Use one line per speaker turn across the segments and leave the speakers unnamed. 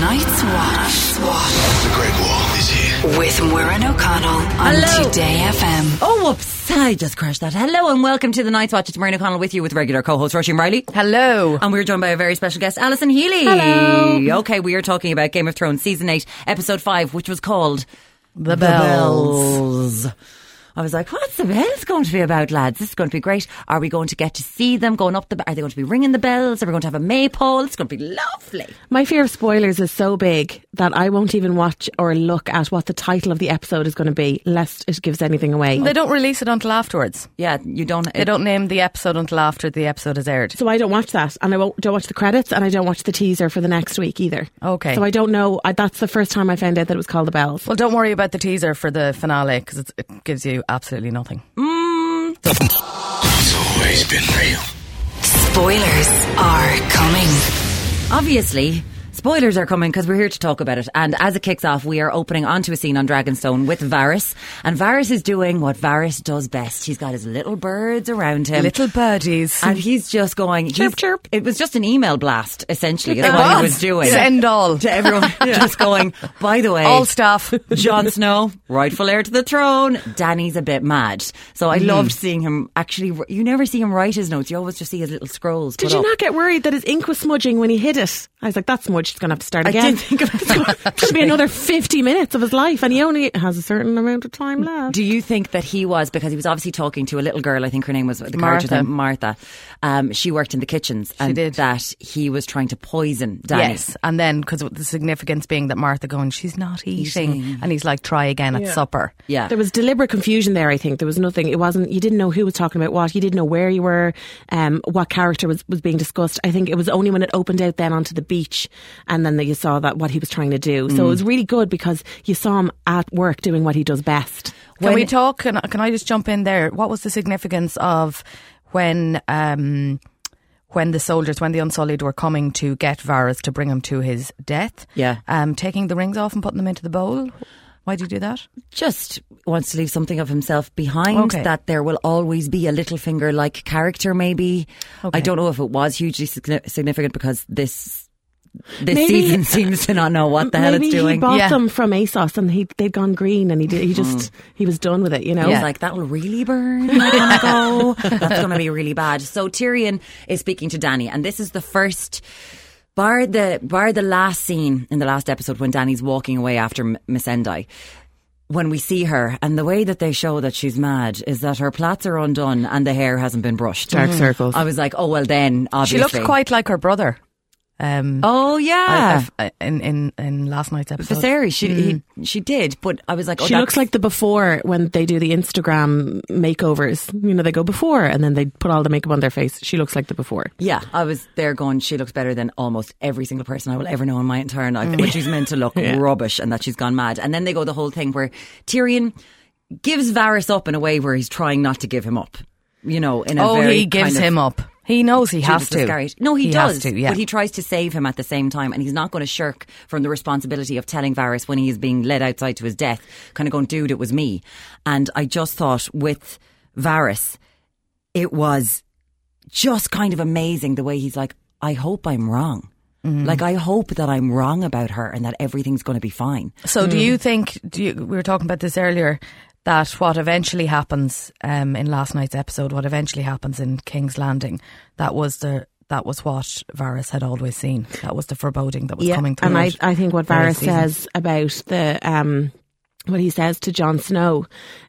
SWAT. SWAT.
The Great Wall is here.
With Muirin O'Connell on
Hello.
Today FM.
Oh, whoops. I just crashed that. Hello and welcome to the Night's Watch. It's Maureen O'Connell with you with regular co-host Roisin Riley.
Hello.
And we're joined by a very special guest, Alison Healy. Hello. Okay, we are talking about Game of Thrones Season 8, Episode 5, which was called
The
Bells. I was like, what's the bells going to be about, lads? This is going to be great. Are we going to get to see them going up the... Are they going to be ringing the bells? Are we going to have a maypole? It's going to be lovely.
My fear of spoilers is so big that I won't even watch or look at what the title of the episode is going to be, lest it gives anything away.
They don't release it until afterwards.
Yeah, you don't...
They don't name the episode until after the episode is aired.
So I don't watch that, and I won't, don't watch the credits, and I don't watch the teaser for the next week either.
Okay.
So I don't know. I, that's the first time I found out that it was called the bells.
Well, don't worry about the teaser for the finale because it gives you absolutely nothing.
It's always been real.
Spoilers are coming.
Obviously, spoilers are coming because we're here to talk about it. And as it kicks off, we are opening onto a scene on Dragonstone with Varys. And Varys is doing what Varys does best. He's got his little birds around him.
Little birdies.
And he's just going he's-
chirp.
It was just an email blast, essentially, is
It
what he
was.
was doing.
Send all.
to everyone, just going. By the way,
All staff.
Jon Snow, rightful heir to the throne. Danny's a bit mad, so
Hmm.
I loved seeing him. Actually, you never see him write his notes. You always just see his little scrolls.
Did
put
you
up.
not get worried that his ink was smudging when he hid it? I was like, that's smudged. It's going to have to start
I
again.
did think about that.
it's going to be another 50 minutes of his life, and he only has a certain amount of time left.
Do you think that he was because he was obviously talking to a little girl? I think her name was the character's
Martha.
name, Martha. Um, she worked in the kitchens, and
did.
that he was trying to poison Danny.
Yes, and then because the significance being that Martha going, she's not eating, and he's like, try again at supper.
Yeah.
There was deliberate confusion there. I think there was nothing. It wasn't. You didn't know who was talking about what. You didn't know where you were, um, what character was, was being discussed. I think it was only when it opened out then onto the beach, and then that you saw that what he was trying to do.
Mm.
So it was really good because you saw him at work doing what he does best.
Can we talk? Can, can I just jump in there? What was the significance of when um, when the soldiers, when the Unsullied were coming to get Varus to bring him to his death?
Yeah.
um, taking the rings off and putting them into the bowl. Why do you do that?
just wants to leave something of himself behind.
Okay.
That there will always be a Littlefinger like character. Maybe I don't know if it was hugely signi- significant because this this
Maybe-
season seems to not know what the hell
Maybe
it's
he
doing. Mm.
bought
Yeah.
them from ASOS, and he they'd gone green, and he did, he just he was done with it. You know,
I was like, that will really burn. I wanna go. That's going to be really bad. So Tyrion is speaking to Danny, and this is the first. Bar the bar the last scene in the last episode when Danny's walking away after M- Miss Endai, when we see her and the way that they show that she's mad is that her plaits are undone and the hair hasn't been brushed. Mm-hmm.
Dark Mhm. circles.
I was like, oh well, then
She
obviously
looked quite like her brother. Um,
Oh yeah,
I- I- in in in last night's episode.
Viserys. She he, she did, but I was like, oh,
She looks
that's-
like the before when they do the Instagram makeovers. You know, they go before and then they put all the makeup on their face. She looks like the before.
Yeah, I was there going, she looks better than almost every single person I will ever know in my entire life, but she's meant to look rubbish and that she's gone mad. And then they go the whole thing where Tyrion gives Varys up in a way where he's trying not to give him up. You know, in a
oh,
very
he gives
kind of,
him up. He knows he has
Judas
to.
Iscariot. No, he, does.
Has to, yeah.
But he tries to save him at the same time, and he's not going to shirk from the responsibility of telling Varys when he is being led outside to his death, kind of going, dude, it was me. And I just thought with Varys, it was just kind of amazing the way he's like, I hope I'm wrong. Like, I hope that I'm wrong about her and that everything's going to be fine.
So,
Hmm.
do you think? Do you, we were talking about this earlier that what eventually happens um, in last night's episode, what eventually happens in King's Landing, that was the that was what Varys had always seen. That was the foreboding that was coming through.
And I,
it.
I think what
Very
Varys
seasoned.
says about the um, what he says to Jon Snow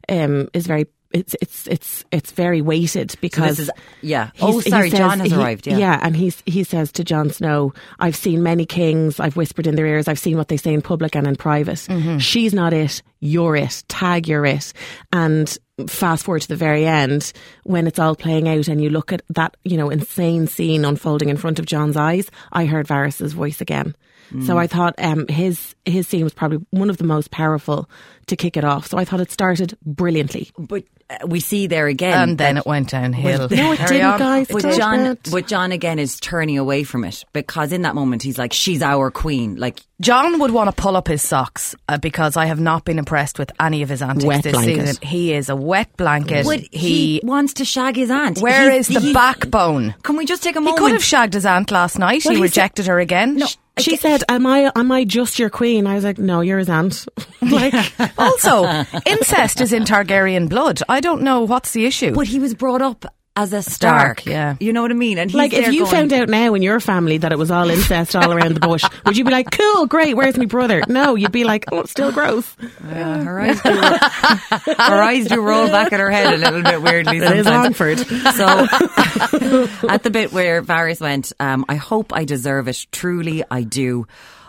um, is very it's it's it's it's very weighted because
is- yeah.
he's-
Oh,
he
sorry,
says-
Jon has
he-
arrived, yeah.
yeah, and he's he says to Jon Snow, "I've seen many kings. I've whispered in their ears. I've seen what they say in public and in private.
Mm-hmm.
She's not it. You're it. Tag you're it." And fast forward to the very end when it's all playing out and you look at that you know insane scene unfolding in front of John's eyes I heard Varys's voice again
Mm.
so I thought um, his his scene was probably one of the most powerful to kick it off so I thought it started brilliantly
But uh, we see there again.
and
that
then it went downhill.
No, it
Carry
didn't,
on.
guys. It
But
did
John,
not.
but John again is turning away from it because in that moment he's like, "She's our queen." Like
John would want to pull up his socks uh, because I have not been impressed with any of his antics
Wet
this
blanket.
season. He is a wet blanket.
Would he, wants to shag his aunt.
where
He-
is the
he-
backbone?
Can we just take a
He
moment?
could have shagged his aunt last night.
Well,
he
he said-
rejected her again.
No.
She said, "Am I? Am I just your queen?" I was like, "No, you're his aunt." like,
Also, incest is in Targaryen blood. I don't know what's the issue.
but he was brought up as a
Stark,
Stark.
yeah.
you know what I mean. And he's
like if
there
you
going,
found out now in your family that it was all incest all around the bush, would you be like, "Cool, great, where's my brother?" No, you'd be like, "Oh, it's still gross."
Yeah, "Uh, her eyes do her eyes do roll back in her head a little bit weirdly.
It is
sometimes.
Longford.
So at the bit where Varys went, um, I hope I deserve it. Truly, I do.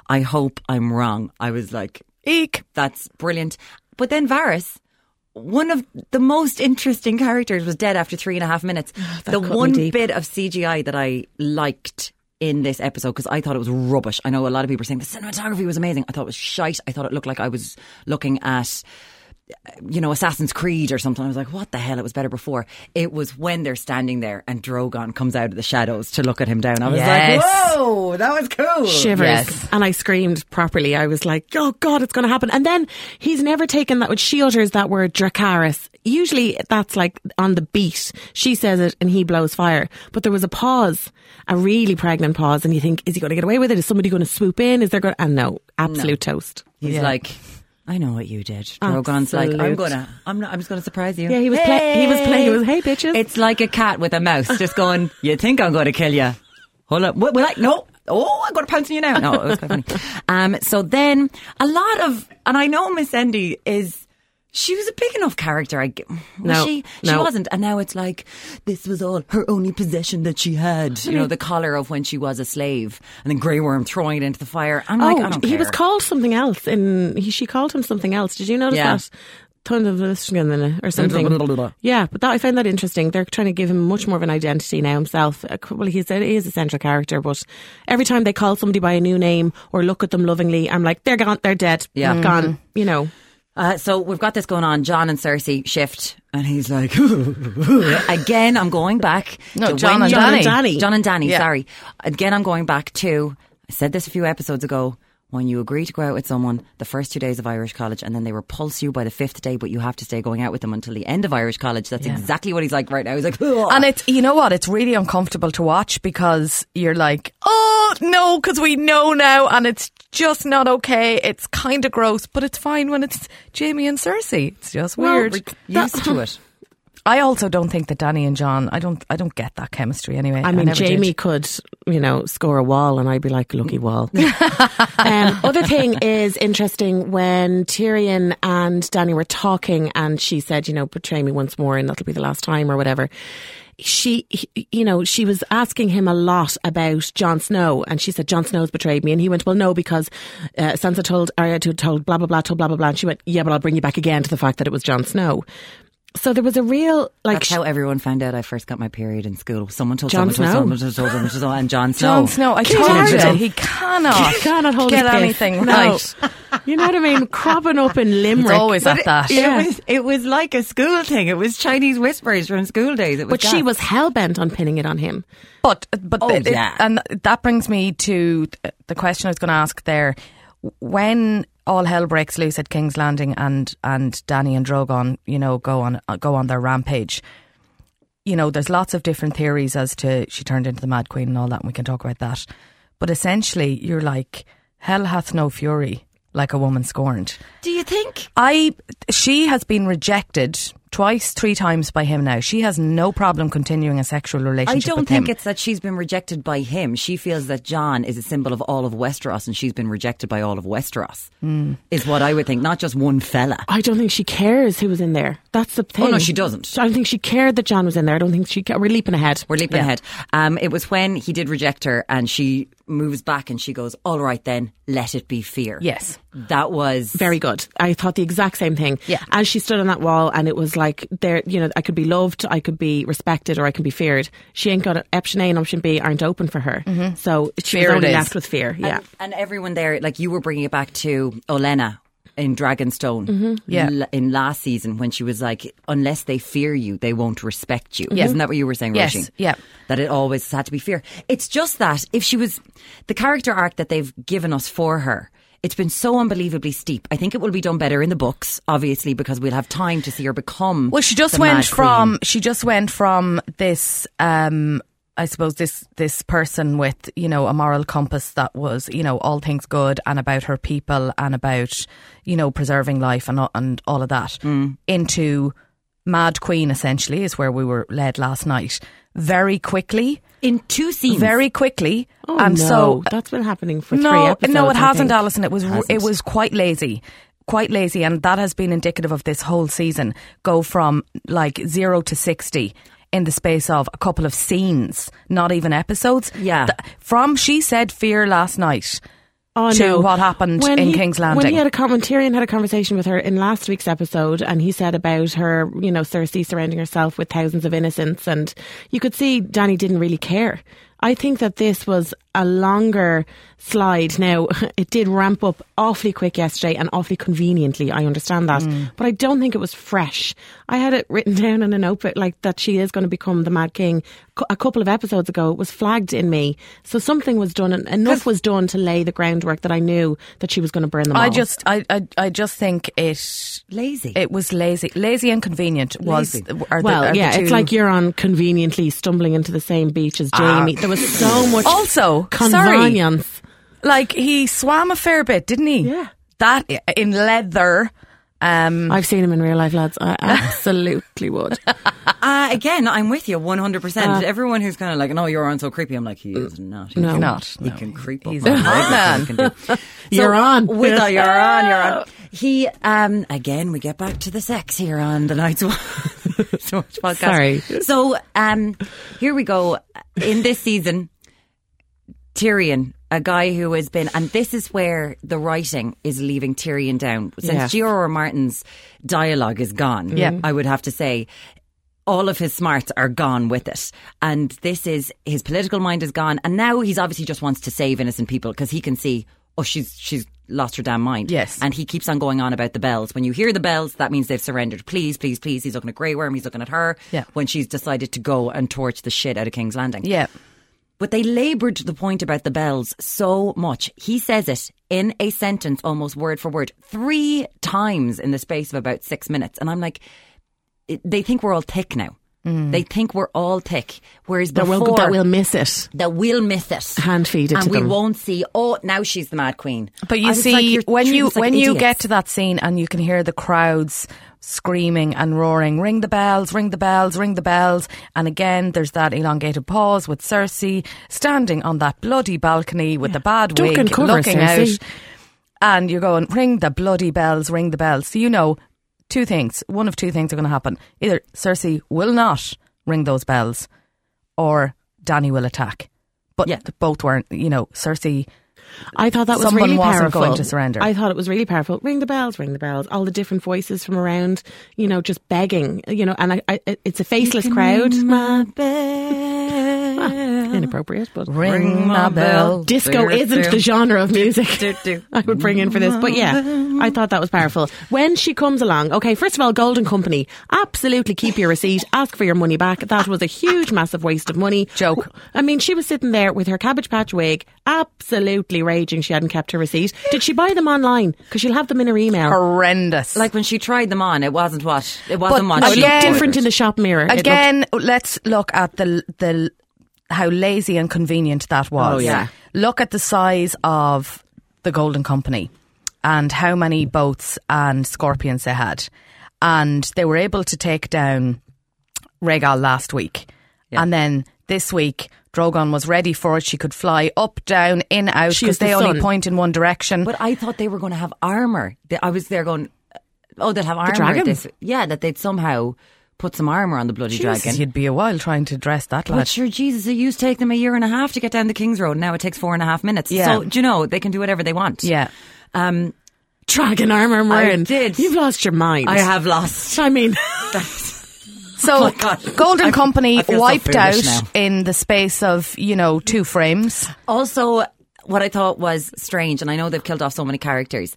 I hope I'm wrong. I was like,
Eek.
that's brilliant. But then Varys. One of the most interesting characters was dead after three and a half minutes. The
Oh, cut me
one
deep.
bit of CGI that I liked in this episode because I thought it was rubbish. I know a lot of people are saying the cinematography was amazing. I thought it was shite. I thought it looked like I was looking at you know, Assassin's Creed or something. I was like, what the hell? It was better before. It was when they're standing there and Drogon comes out of the shadows to look at him down. I was
Yes.
like, whoa, Oh, that was cool.
shivers
Yes.
and I screamed properly. I was like, oh God, it's going to happen. And then he's never taken that, she utters that word Dracaris. Usually that's like on the beat. She says it and he blows fire. But there was a pause, a really pregnant pause. And you think, is he going to get away with it? Is somebody going to swoop in? Is there going to, and no, absolute toast.
He's
Yeah.
like, I know what you did. Drogon's like, I'm
Absolute.
gonna, I'm not, I'm just gonna surprise you.
Yeah, he was play- he was playing with, "Hey, bitches."
It's like a cat with a mouse, just going, you think I'm gonna kill you? Hold up, what? Will I? No. Oh, I'm gonna pounce on you now. No, it was quite funny. Um, so then a lot of, and I know Miss Endy is. She was a big enough character. I g- was
No,
she she
no.
wasn't, and now it's like this was all her only possession that she had. You know, the collar of when she was a slave, and then Grey Worm throwing it into the fire. I'm like, I
oh,
don't
he was
care.
called something else. And he, she called him something else. Did you notice
Yeah.
that? Ton of listening or something. Yeah, but that I found that interesting. They're trying to give him much more of an identity now himself. Uh, c- Well, he's a, he is a central character, but every time they call somebody by a new name or look at them lovingly, I'm like, they're gone, they're dead,
Yeah. Mhm.
gone. You know,
Uh, so we've got this going on. John and Cersei shift, and he's like, again, I'm going back.
No,
to when
John and
you-
Danny.
John and Danny,
Yeah.
sorry. Again, I'm going back to, I said this a few episodes ago. When you agree to go out with someone the first two days of Irish college and then they repulse you by the fifth day, but you have to stay going out with them until the end of Irish college. That's exactly what he's like right now. He's like,
And it's you know what? It's really uncomfortable to watch because you're like, oh no, because we know now, and it's just not okay. It's kind of gross, but it's fine when it's Jamie and Cersei. It's just weird.
we're used to it.
I also don't think that Danny and John. I don't. I don't get that chemistry anyway.
I mean,
never did.
Jamie could, you know, score a wall, and I'd be like, lucky wall. um, other thing is interesting when Tyrion and Danny were talking, and she said, you know, betray me once more, and that'll be the last time, or whatever. She, he- you know, she was asking him a lot about Jon Snow, and she said, Jon Snow's betrayed me. And he went, Well, no, because uh, Sansa told Arya to told blah, blah, blah, told blah, blah, blah. And she went, Yeah, but I'll bring you back again to the fact that it was Jon Snow. So there was a real, like,
That's how everyone found out I first got my period in school. Someone told
Jon
someone, told someone,
Snow.
told someone, told someone, and John Snow.
Jon Snow. I told you
Jordan.
he cannot.
He cannot hold
get
his piss.
anything
No.
right.
You know what I mean? Cropping up in Limerick.
It's always at
But
that.
It,
Yeah.
it was it was like a school thing. It was Chinese whispers from school days. It was
but she
gas.
was hell bent on pinning it on him.
But but
Oh,
it- it-
yeah.
and that brings me to th- the question I was going to ask there. When all hell breaks loose at King's Landing and and Danny and Drogon, you know, go on uh, go on their rampage. You know, there's lots of different theories as to she turned into the Mad Queen and all that, and we can talk about that. But essentially, you're like hell hath no fury like a woman scorned.
Do you think?
I she has been rejected twice, three times by him now. She has no problem continuing a sexual
I
relationship.
don't
with
think
him.
it's that she's been rejected by him. She feels that John is a symbol of all of Westeros, and she's been rejected by all of Westeros.
Hmm.
Is what I would think, not just one fella.
I don't think she cares who was in there. That's the thing.
Oh, no, she doesn't.
I don't think she cared that John was in there. I don't think she. Ca- We're leaping ahead.
We're leaping
Yeah.
ahead. Um, it was when he did reject her, and she moves back, and she goes, "All right, then, let it be fear."
Yes.
that was
Very good. I thought the exact same thing.
Yeah.
As she stood on that wall, and it was like there, you know, I could be loved, I could be respected, or I can be feared. She ain't got option A and option B aren't open for her. So she
Mm-hmm. Fear it
was only
is.
left with fear. Yeah.
And, and everyone there, like you were bringing it back to Olena in Dragonstone,
Mm-hmm. Yeah.
l- in last season when she was like, "Unless they fear you, they won't respect you." Isn't that what you were saying,
Yes,
Roisin?
yeah.
That it always had to be fear. It's just that if she was the character arc that they've given us for her It's been so unbelievably steep. I think it will be done better in the books, obviously, because we'll have time to see her become.
Well, she just
the
went
Mad
from
Queen.
she just went from this. Um, I suppose this this person with you know a moral compass that was you know all things good and about her people and about you know preserving life and all- and all of that
Mm.
into Mad Queen essentially is where we were led last night very quickly
in two scenes.
very quickly
Oh,
and
no,
so
that's been happening for
no,
three episodes.
No, it
I
hasn't,
think.
Alison. It was it
Hasn't.
was quite lazy. Quite lazy, and that has been indicative of this whole season. Go from like zero to sixty in the space of a couple of scenes, not even episodes.
Yeah.
Th- from she said fear last night.
oh,
to what happened in
he,
King's
When
Landing.
he had a com- when Tyrion had a conversation with her in last week's episode, and he said about her, you know, Cersei surrounding herself with thousands of innocents, and you could see Danny didn't really care. I think that this was a longer slide. Now, it did ramp up awfully quick yesterday and awfully conveniently. I understand that.
Mm.
But I don't think it was fresh. I had it written down in a notebook like that she is going to become the Mad King. Cou- A couple of episodes ago, it was flagged in me. So something was done and enough was done to lay the groundwork that I knew that she was going to burn them
I
all.
just, I, I, I just think it
lazy.
it was lazy, lazy and convenient was.
Lazy.
Are the,
well,
are the
yeah, it's
two-
like you're on conveniently stumbling into the same beach as Jamie. there was so much
Ah. Also, sorry.
convenience.
like he swam a fair bit, didn't he?
Yeah.
that i- in leather. Um,
I've seen him in real life, lads. I absolutely would.
Uh, again, I'm with you 100%. Everyone who's kind of like, no, you're on so creepy. I'm like, he is not. He
Uh. No.
can,
Not,
He
no.
can creep up.
He's
my
a
leg,
hard
that's all he can do.
You're
So,
on.
With, oh, you're on. You're on. He, um, again, we get back to the sex here on the night's so much podcast.
Sorry.
So, um, here we go. In this season, Tyrion, a guy who has been, and this is where the writing is leaving Tyrion down. Since
Yeah.
Giora Martin's dialogue is gone,
Yeah.
I would have to say, all of his smarts are gone with it. And this is his political mind is gone. And now he's obviously just wants to save innocent people because he can see, oh, she's, she's lost her damn mind.
Yes.
And he keeps on going on about the bells. When you hear the bells, that means they've surrendered. Please, please, please. He's looking at Grey Worm. He's looking at her.
Yeah.
When she's decided to go and torch the shit out of King's Landing.
yeah.
But they laboured the point about the bells so much. He says it in a sentence, almost word for word, three times in the space of about six minutes. And I'm like, it- they think we're all thick now. They think we're all thick. Whereas
That
before,
will, that will miss it.
that we'll miss it.
Hand feed it
And
to
we
them.
won't see, oh, now she's the mad queen.
But you
I was like,
see,
you're
when
treating
you
us like
when you
idiots.
get to that scene and you can hear the crowds screaming and roaring, ring the bells, ring the bells, ring the bells, and again there's that elongated pause with Cersei standing on that bloody balcony with the bad
Duck
wig,
and cover,
looking
Cersei.
out, and you're going, ring the bloody bells, ring the bells. So you know, two things, one of two things are going to happen: either Cersei will not ring those bells, or Danny will attack. But
Yeah.
both weren't, you know, Cersei.
I thought that was
Someone
really
wasn't
powerful.
going to surrender.
I thought it was really powerful. Ring the bells, ring the bells. All the different voices from around, you know, just begging, you know, and I, I, it's a faceless crowd. Ah, Inappropriate, but
Ring my bell.
disco isn't the genre of music I would bring in for this. But yeah, I thought that was powerful. When she comes along, okay, first of all, Golden Company, absolutely keep your receipt, ask for your money back. That was a huge, massive waste of money.
Joke.
I mean, she was sitting there with her cabbage patch wig, absolutely raging she hadn't kept her receipt. Did she buy them online? Because she'll have them in her email.
horrendous.
Like when she tried them on, it wasn't what it wasn't
But
what she
again-
ordered.
Different in the shop mirror. It looked-
again, let's look at the the how lazy and convenient that was.
Oh, yeah.
Look at the size of the Golden Company and how many boats and scorpions they had, and they were able to take down Regal last week, and then this week. Drogon was ready for it. She could fly up, down, in, out
She
because
is the
they only
sun.
point in one direction.
But I thought they were going to have armor. They- I was there going, oh, they'll have armor.
dragon?
This, yeah, that they'd somehow put some armor on the bloody
Jesus,
dragon.
you'd be a while trying to dress that
But
lad.
sure, Jesus, it used to take them a year and a half to get down the King's Road. Now it takes four and a half minutes.
Yeah.
So, do you know, they can do whatever they want.
yeah,
Um,
dragon armor, Marin.
did.
You've lost your mind.
I have lost.
I mean,
So,
Oh my God.
Golden
I-
Company
I feel so
wiped out
foolish now.
in the space of, you know, two frames.
Also, what I thought was strange, and I know they've killed off so many characters.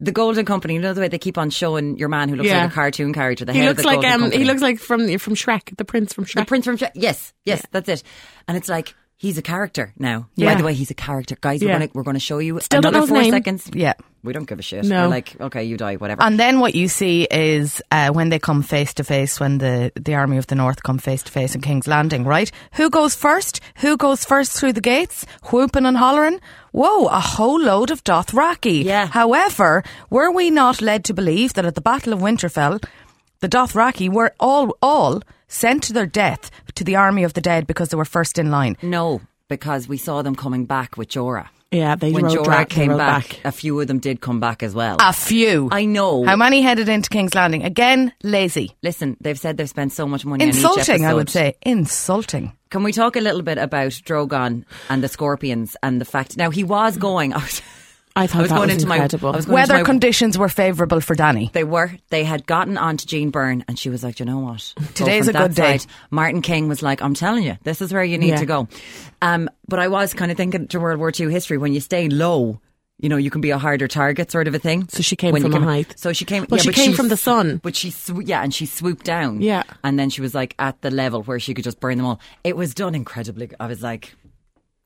The Golden Company, you know the way they keep on showing your man who looks
Yeah.
like a cartoon character. The
he
head of
looks
the
like
Golden
um,
Company.
he looks like from from Shrek, the prince from Shrek.
The Prince from Ch- Yes, yes, that's it. And it's like he's a character now.
Yeah.
By the way, he's a character, guys.
Yeah.
We're gonna we're gonna show you
Still don't
another
know his
four
name.
seconds.
Yeah.
we don't give a shit.
No. Uh,
We're like, okay, you die, whatever.
And then what you see is uh, when they come face to face, when the, the Army of the North come face to face in King's Landing, right? Who goes first? Who goes first through the gates? Whooping and hollering. Whoa, a whole load of Dothraki.
Yeah.
However, were we not led to believe that at the Battle of Winterfell, the Dothraki were all, all sent to their death to the Army of the Dead because they were first in line?
no, because we saw them coming back with Jorah.
Yeah, they
when
rolled
Jorah
back, they
came
rolled
back,
back. Uh,
a few of them did come back as well.
A few.
I know.
How many headed into King's Landing? Again, lazy.
Listen, they've said they've spent so much money on each
Insulting,
episode.
I would say. Insulting.
Can we talk a little bit about Drogon and the scorpions and the fact? Now he was going. I was,
I thought
I was
that
going
was
into
incredible.
my I was going into
Weather
my-
conditions were favourable for Danny.
They were. They had gotten onto Jean Byrne, and she was like, "You know what? Go
Today's
from
a good
that
day."
side." Martin King was like, "I'm telling you, this is where you need
Yeah.
to go." Um, but I was kind of thinking to World War II history when you stay low. You know, you can be a harder target, sort of a thing.
So she came
When you
from a height.
So she came.
Well,
yeah,
she
but
came from the sun.
But she, sw- yeah, and she swooped down.
Yeah.
and then she was like at the level where she could just burn them all. It was done incredibly. g- I was like,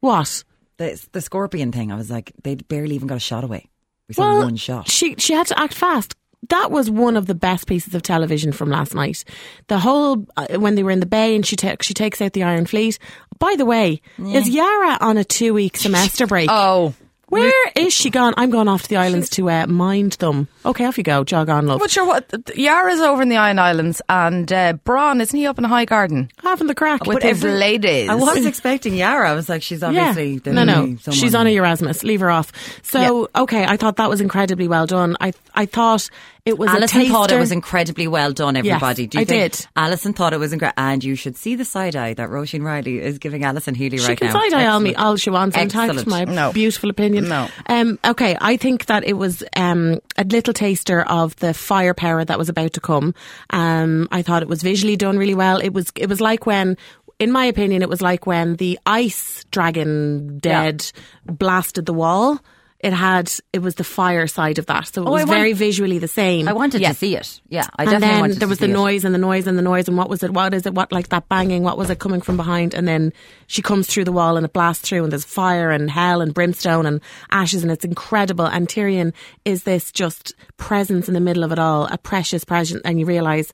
What?
the, the scorpion thing. I was like, they barely even got a shot away. We saw one shot.
She she had to act fast. That was one of the best pieces of television from last night. The whole uh, when they were in the bay and she took she takes out the Iron Fleet. By the way, is Yara on a two week semester break?
Oh.
Where is she gone? I'm going off to the islands to uh, mind them. Okay, off you go. Jog on, love.
But sure, what th- th- Yara's over in the Iron Islands, and uh, Braun isn't he up in the High Garden
Having the crack.
with his ladies?
I was expecting Yara. I was like, she's obviously
yeah. no, no. She's on a Erasmus. Leave her off. So okay, I thought that was incredibly well done. I I thought it was. a
Alison
taster.
thought it was incredibly well done, everybody. Do you
I
think?
did.
Alison thought it was incredible. And you should see the side eye that Roisin Riley is giving Alison Healy
She
right
can
now.
side eye all me
Excellent.
all she wants. Intact,
Excellent.
my
No.
beautiful opinion.
No.
Um, okay, I think that it was um, a little taster of the firepower that was about to come. Um, I thought it was visually done really well. It was it was like when. In my opinion, it was like when the ice dragon dead blasted the wall. It had it was the fire side of that, so it
Oh, I
was
want-
very visually the same.
I wanted
Yeah.
to see it. Yeah, I
and
definitely
then
wanted
there
to
was
see
the
it.
noise and the noise and the noise and what was it? What is it? What like that banging? What was it coming from behind? And then she comes through the wall and it blasts through and there's fire and hell and brimstone and ashes and it's incredible. And Tyrion is this just presence in the middle of it all, a precious present, and you realize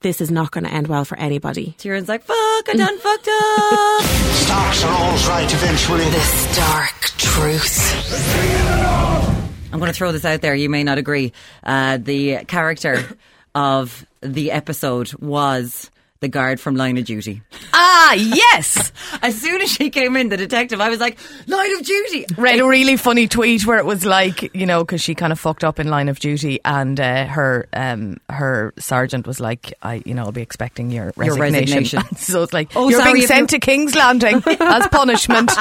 this is not going to end well for anybody.
Tyrion's like, fuck, I done fucked up.
Starks are always right eventually.
The stark truth.
I'm going to throw this out there. You may not agree. Uh, the character of the episode was the guard from Line of Duty.
ah, yes.
As soon as she came in, the detective, I was like, Line of Duty.
Read a really funny tweet where it was like, you know, because she kind of fucked up in line of duty, and uh, her um, her sergeant was like, I, you know, I'll be expecting your resignation.
resignation.
so it's like,
Oh,
you're
sorry,
being
if
sent
you-
to King's Landing as punishment,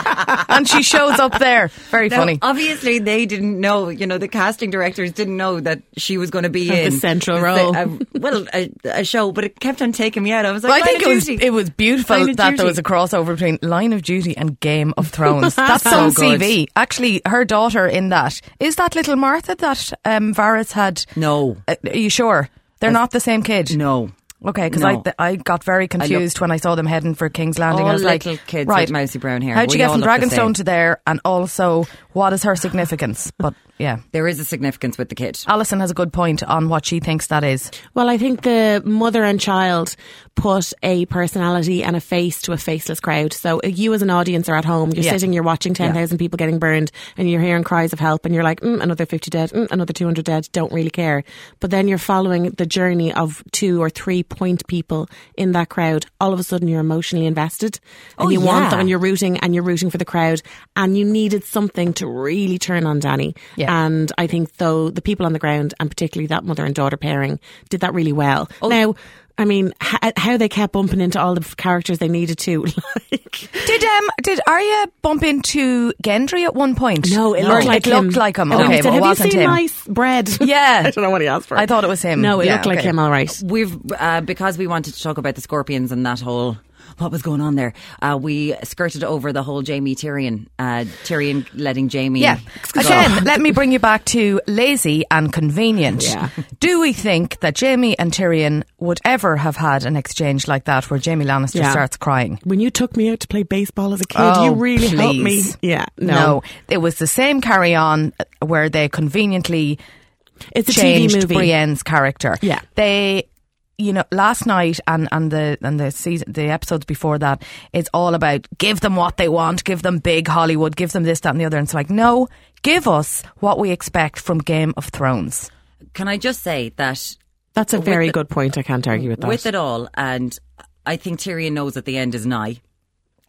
and she shows up there. Very
Now,
funny.
Obviously, they didn't know. You know, the casting directors didn't know that she was going to be
Have
in
the central
the-
role.
a- well, a, a show, but it kept on taking me out. I was like,
Well, I think it
"Line of
was
Duty."
it was beautiful
Line
that
of
there
Duty.
was a crossover between Line of Duty and Game of Thrones. That's
So
some
good.
CV. Actually, her daughter in that is that little Martha that um, Varys had.
No.
Uh, are you sure they're not the same kid?
no.
Okay, because
No.
I I got very confused when I saw them heading for King's Landing.
All
I was like,
little kids with
right,
mousy brown hair.
How'd you
We
get
all
from
look the same.
Dragonstone to there? And also, what is her significance? But yeah,
There is a significance with the kid.
Alison has a good point on what she thinks that is.
Well, I think the mother and child put a personality and a face to a faceless crowd. So uh, you as an audience are at home, you're
Yeah.
sitting, you're watching 10,000 people getting burned and you're hearing cries of help and you're like, mm, another 50 dead, mm, another 200 dead, don't really care. But then you're following the journey of two or three point people in that crowd. All of a sudden you're emotionally invested and
Oh,
you want them
yeah.
and you're rooting and you're rooting for the crowd and you needed something to really turn on Danny.
Yeah.
And I think though the people on the ground and particularly that mother and daughter pairing did that really well.
Oh.
Now, I mean, h- how they kept bumping into all the f- characters they needed to. Like,
Did um did Arya bump into Gendry at one point?
no, it looked like
it
him.
looked like him.
And when
Okay,
he said,
but it
have
wasn't
you seen
him.
nice bread?
Yeah.
I don't know what he asked for.
I thought it was him.
No, it
Yeah,
looked like
okay.
him. All right.
We've uh, because we wanted to talk about the scorpions and that whole what was going on there? Uh, we skirted over the whole Jamie Tyrion, uh, Tyrion letting Jamie.
Yeah.
go.
Again, let me bring you back to lazy and convenient.
Yeah.
Do we think that Jamie and Tyrion would ever have had an exchange like that where Jamie Lannister
Yeah.
starts crying?
When you took me out to play baseball as a kid,
Oh,
you really helped me.
please.
Yeah, no.
It was the same carry on where they conveniently
It's a
changed
TV movie.
Brienne's character.
Yeah.
They you know, last night and, and the and the season the episodes before that, it's all about give them what they want, give them big Hollywood, give them this, that and the other. And it's like, no, give us what we expect from Game of Thrones.
Can I just say that
That's a very good point. I can't argue with that.
with it all, and I think Tyrion knows at the end is nigh.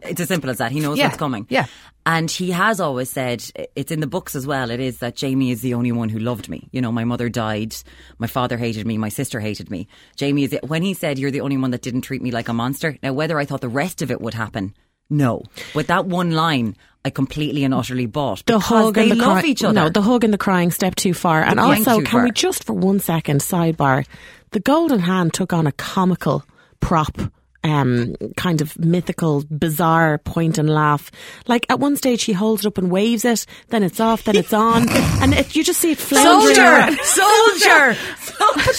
It's as simple as that. He knows
Yeah.
what's coming.
Yeah.
And he has always said, it's in the books as well, it is that Jamie is the only one who loved me. You know, my mother died, my father hated me, my sister hated me. Jamie is, when he said, you're the only one that didn't treat me like a monster. Now, whether I thought the rest of it would happen, no. But that one line, I completely and utterly bought.
the
because
hug
they
and the
love
cry-
each other.
No, the hug and the crying step too far. And
crying
also,
too
can we
far.
just for one second sidebar? The golden hand took on a comical prop. Um, kind of mythical, bizarre point and laugh. Like at one stage, she holds it up and waves it, then it's off, then it's on, and it, you just see it floundering. around.
Soldier!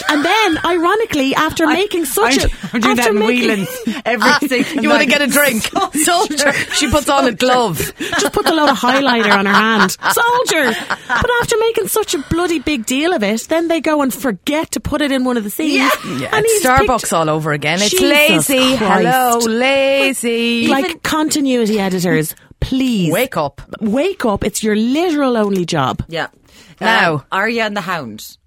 And then, ironically, after making such a
I'm doing
after
that in
making,
Whelan's
Ah,
every single
You want to
night.
get a drink? Soldier! She puts on a glove.
just put a load of highlighter on her hand. Soldier! But after making such a bloody big deal of it, then they go and forget to put it in one of the scenes.
Yeah,
and
it's
he's
Starbucks
picked-
all over again. It's
Jesus
lazy.
Christ.
Hello, lazy.
Like continuity editors, please
wake up.
Wake up. It's your literal only job.
Yeah.
Now.
Um, Arya and the Hound.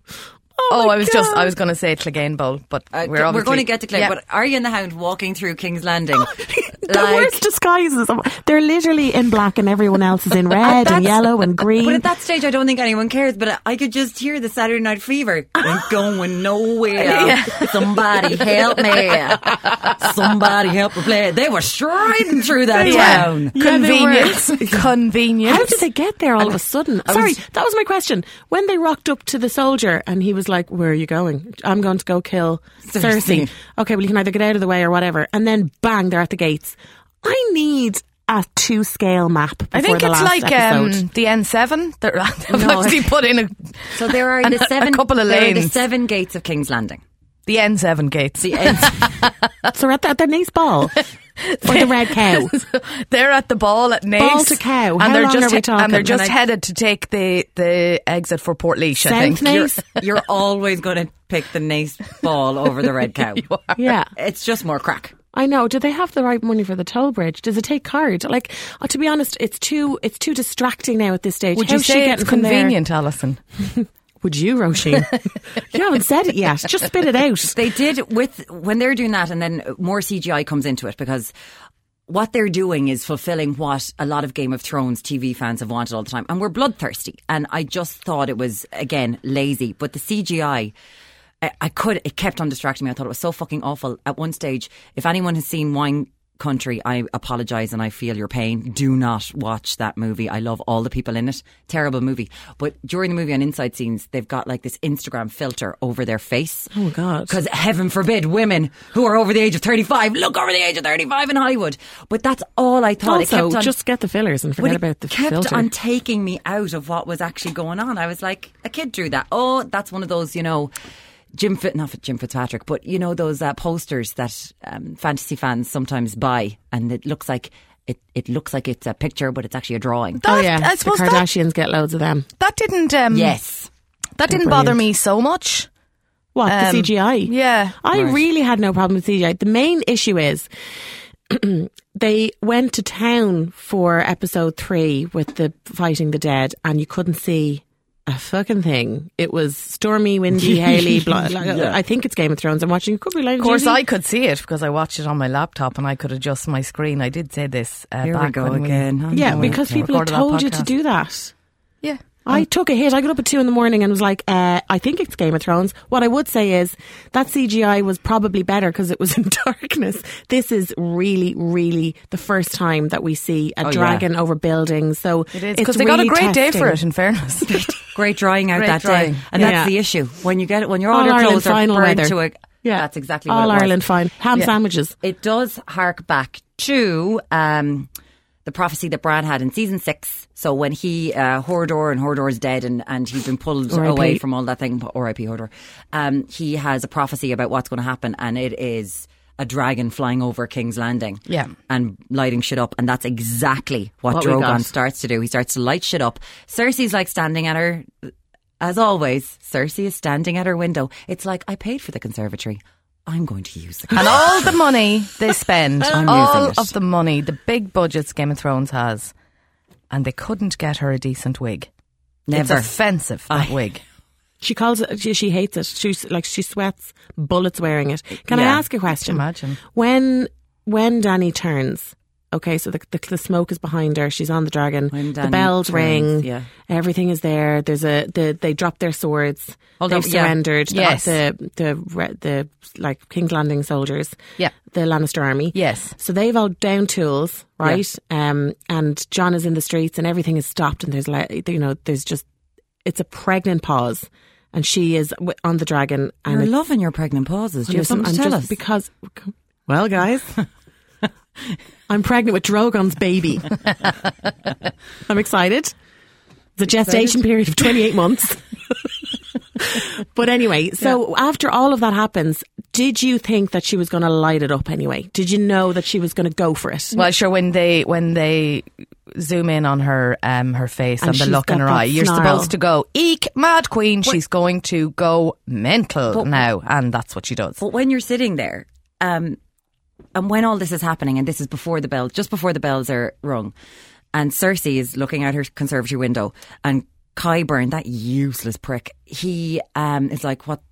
Oh,
my
I was just
God.
I was going to say Clegane Bowl, but
Uh,
we're obviously,
going to get to Clay,
Yeah.
but Arya and the Hound walking through King's Landing.
The worst disguises. They're literally in black and everyone else is in red and
that's-
yellow and green.
But at that stage, I don't think anyone cares. But I could just hear the Saturday Night Fever. Ain't going nowhere. Somebody help me. Somebody help me play. They were striding through that
Yeah.
town.
Yeah, they
convenience, convenience.
How did they get there all of a sudden? Sorry, that was my question. When they rocked up to the soldier and he was like, Where are you going? I'm going to go kill Cersei.
Cersei.
Okay, well, you can either get out of the way or whatever. And then bang, they're at the gates. I need a two scale map. Before
I think
the
it's
last
like um,
episode.
the N7. They're, they've
No.
actually put in a,
So there are
And
the
a- a
seven.
couple of
there are the
lanes.
seven gates of King's Landing.
the N7 gates.
The end.
so we're at, the, at their nice ball for the red cow.
they're at the ball at Nace.
Ball to cow. How
and they're
long
just
are we
he-
talking?
and they're
And
just
I-
headed to take the the exit for Port Leash. I
South
think.
Nace.
you're, you're always going to pick the nice ball over the red cow.
Yeah,
It's just more crack.
I know. Do they have the right money for the toll bridge? Does it take card? Like, uh, to be honest, it's too it's too distracting now at this stage.
Would
How's she
you say it's
getting from there?
convenient, Alison?
Would you, Roisin? you haven't said it yet. Just spit it out.
They did with when they're doing that, and then more CGI comes into it because what they're doing is fulfilling what a lot of Game of Thrones TV fans have wanted all the time, and we're bloodthirsty. And I just thought it was again lazy, but the CGI. I- I could. It kept on distracting me. I thought it was so fucking awful. At one stage, if anyone has seen Wine Country, I apologize and I feel your pain. Do not watch that movie. I love all the people in it. Terrible movie. But during the movie on inside scenes, they've got like this Instagram filter over their face. Oh
God.
Because heaven forbid women who are over the age of thirty-five look over the age of thirty-five in Hollywood. But that's all I thought. it
Also,
kept on,
just get the fillers and
but
forget about the
it kept
filter.
on taking me out of what was actually going on. I was like, a kid drew that. Oh, that's one of those, you know, Jim Fit, not Jim Fitzpatrick, but you know those uh, posters that um, fantasy fans sometimes buy, and it looks like it, it looks like it's a picture, but it's actually a drawing.
oh
That-
yeah,
I suppose
the
that,
Kardashians get loads of them.
that didn't um,
yes,
that didn't bother me so much.
What
Um,
the CGI?
yeah.
I Oh, really had no problem with CGI. The main issue is they went to town for episode three with the fighting the dead, and you couldn't see a fucking thing. It was stormy, windy, haily. Blah, like, I think it's Game of Thrones. I'm watching. Could be
Of course, I could see it because I watched it on my laptop and I could adjust my screen. I did say this. Uh,
Here we
back
go
when
again. I
Yeah,
know
because
it, yeah.
people have
Recorded that
told you to
podcast.
do that.
Yeah.
Um,
I took a hit. I got up at two in the morning and was like, uh, I think it's Game of Thrones. What I would say is that CGI was probably better because it was in darkness. This is really, really the first time that we see a
Oh, yeah.
dragon over buildings. So
It is
it's
because they got a
really
great day for
testing.
it. In fairness,
great drawing out
Great
that
drawing.
day, and
Yeah.
that's the issue when you get it when your
All
older
Ireland
clothes are
final
burned
weather.
to a
Yeah.
That's exactly
All
what it was.
Ireland fine. Ham sandwiches.
It does hark back to um, the prophecy that Bran had in season six. So when he uh, Hordor and Hordor is dead and, and he's been pulled
R.I.P..
away from all that thing, R.I.P. Hordor. Um, he has a prophecy about what's going to happen, and it is a dragon flying over King's Landing,
Yeah.
and lighting shit up. And that's exactly what,
What we got.
Drogon starts to do. He starts to light shit up. Cersei's like standing at her. As always, Cersei is standing at her window. It's like I paid for the conservatory. I'm going to use the
And all the money they spend,
I'm
all
using it.
of the money, the big budgets Game of Thrones has, and they couldn't get her a decent wig. It's
Never.
offensive, that wig.
She calls it, she, she hates it. She's like, she sweats bullets wearing it. Can I
Yeah.
ask a question?
Imagine.
When, when Danny turns, okay, so the, the, the smoke is behind her. She's on the dragon.
When
the
Dany
bells
turns,
ring.
yeah.
Everything is there. There's a, the, they drop their swords.
Hold
They've
on, yeah.
surrendered.
Yes.
The, the, the, the, like, King's Landing soldiers.
Yeah.
The Lannister army.
Yes.
So they've all down tools, right? Um, and John is in the streets, and everything is stopped, and there's like you know, there's just it's a pregnant pause, and she is w- on the dragon, and
You're
it's-
loving your pregnant pauses. Do you have
listen,
something to
I'm
tell
just-
us?
because. Well, guys. I'm pregnant with Drogon's baby. I'm excited. The gestation period of 28 months. but anyway, so after all of that happens, did you think that she was going to light it up anyway? Did you know that she was going to go for it?
Well, sure. When they when they zoom in on her um her face and,
And
the
she's
look in
got
her
that
eye, you're
snarl.
supposed to go eek, mad queen. She's going to go mental now, and that's what she does.
But when you're sitting there, um, and when all this is happening, and this is before the bell, just before the bells are rung, and Cersei is looking out her conservatory window, and Kyburn, that useless prick, he um, is like, "What,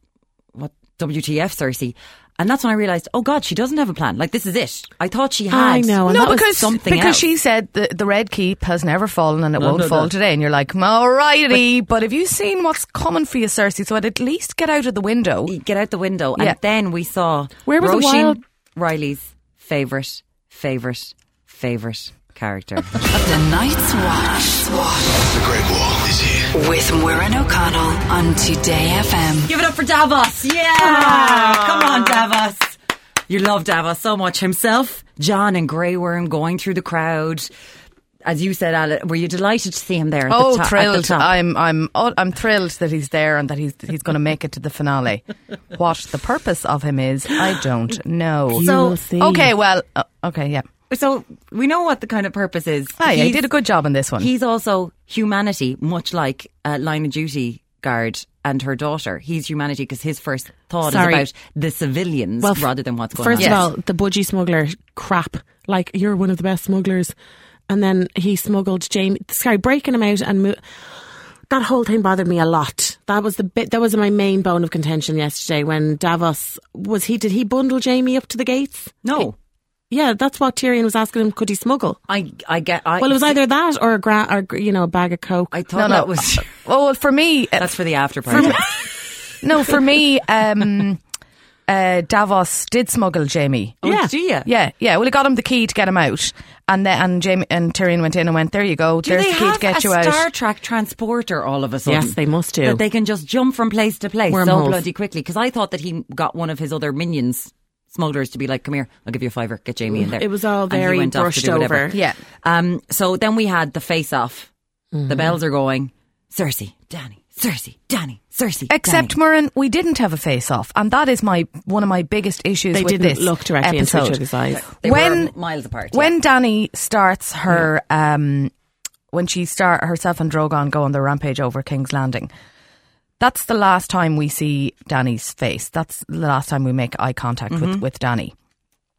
what, WTF, Cersei?" And that's when I realized, oh God, she doesn't have a plan. Like this is it. I thought she had.
I know, and
no,
that
no,
was
because
something
because
else.
she said the, the red keep has never fallen and it won't
no,
fall
no.
today, and you're like, alrighty, but, have you seen what's coming for you, Cersei? So I'd at least get out of the window.
get out the window,
Yeah.
and then we saw
Where was the
Roisin
wild-
Riley's favorite, favorite, favorite character.
The Night's Watch.
The Great Wall is here.
With Muirin O'Connell on Today FM.
Give it up for Davos. Yeah. Come on, Davos. You love Davos so much. Himself, John and Grey Worm going through the crowd. As you said, Alan, were you delighted to see him there? At
Oh,
the to- At the
thrilled!
top?
I'm, I'm, oh, I'm thrilled that he's there and that he's he's going to make it to the finale. what the purpose of him is, I don't know.
You
So-
will see.
okay, well, uh, okay, yeah.
so we know what the kind of purpose is.
Hi, he
He's-
did a good job in this one.
He's also humanity, much like uh, Line of Duty guard and her daughter. He's humanity because his first thought
Sorry.
is about the civilians
Well, f-
rather than what's going on.
First of
Yes.
all, the budgie smuggler crap. Like you're one of the best smugglers, and then he smuggled Jamie. Sorry, breaking him out and mo- that whole thing bothered me a lot. That was the bit. That was my main bone of contention yesterday when Davos was he. Did he bundle Jamie up to the gates?
no,
Yeah, that's what Tyrion was asking him. Could he smuggle?
I, I get. I,
Well, it was either that or a gra- or you know a bag of coke.
I thought
no, no.
that was.
oh, well, for me, uh,
That's for the after party.
no, for me, um, uh, Davos did smuggle Jamie.
Oh,
Yeah.
do you?
Yeah, yeah. Well, he got him the key to get him out, and then and Jamie and Tyrion went in and went, "There you go.
Do
There's
they
the key
have
to get
a
you out."
Star Trek transporter all of a sudden?
yes, they must do.
That they can just jump from place to place so
Wormholes.
bloody quickly. Because I thought that he got one of his other minions, smugglers, to be like, "Come here, I'll give you a fiver, get Jamie in there."
It was all
And he
very
went off to
brushed
do whatever.
over.
yeah,
Um, so then we had the face off.
Mm-hmm.
The bells are going. Cersei, Danny, Cersei, Danny, Cersei.
Except
Danny.
Murren, we didn't have a face off, and that is my one of my biggest issues.
They
with
didn't
this
look directly into
episode.
each other's eyes.
They
when-
were miles apart. yeah.
When Danny starts her, um, when she start herself and Drogon go on the rampage over King's Landing, that's the last time we see Danny's face. That's the last time we make eye contact
Mm-hmm.
with with Danny,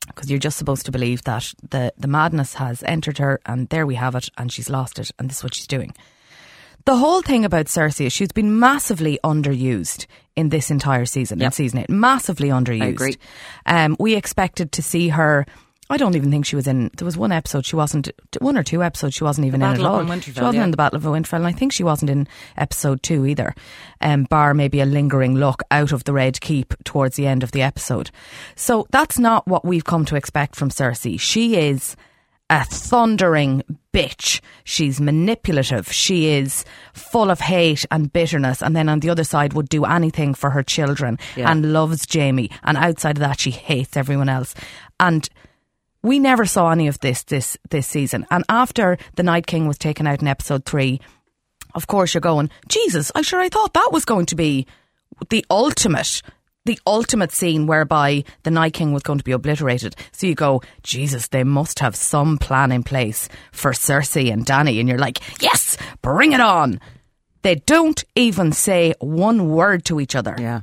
because you're just supposed to believe that the the madness has entered her, and there we have it, and she's lost it, and this is what she's doing. The whole thing about Cersei is she's been massively underused in this entire season, in
Yep.
season eight. Massively underused.
agree.
Um, we expected to see her. I don't even think she was in. There was one episode she wasn't. One or two episodes she wasn't even in at
Battle
all.
of
she
Winterfell,
wasn't
yeah.
in the Battle of Winterfell, and I think she wasn't in episode two either. Um, bar maybe a lingering look out of the Red Keep towards the end of the episode. So that's not what we've come to expect from Cersei. She is a thundering bitch. She's manipulative. She is full of hate and bitterness. And then on the other side, would do anything for her children
Yeah.
and loves Jamie. And outside of that, she hates everyone else. And we never saw any of this this this season. And after the Night King was taken out in episode three, of course you're going, Jesus, I sure I thought that was going to be the ultimate the ultimate scene whereby the Night King was going to be obliterated. So you go, Jesus, they must have some plan in place for Cersei and Danny and you're like, Yes, bring it on. They don't even say one word to each other.
Yeah.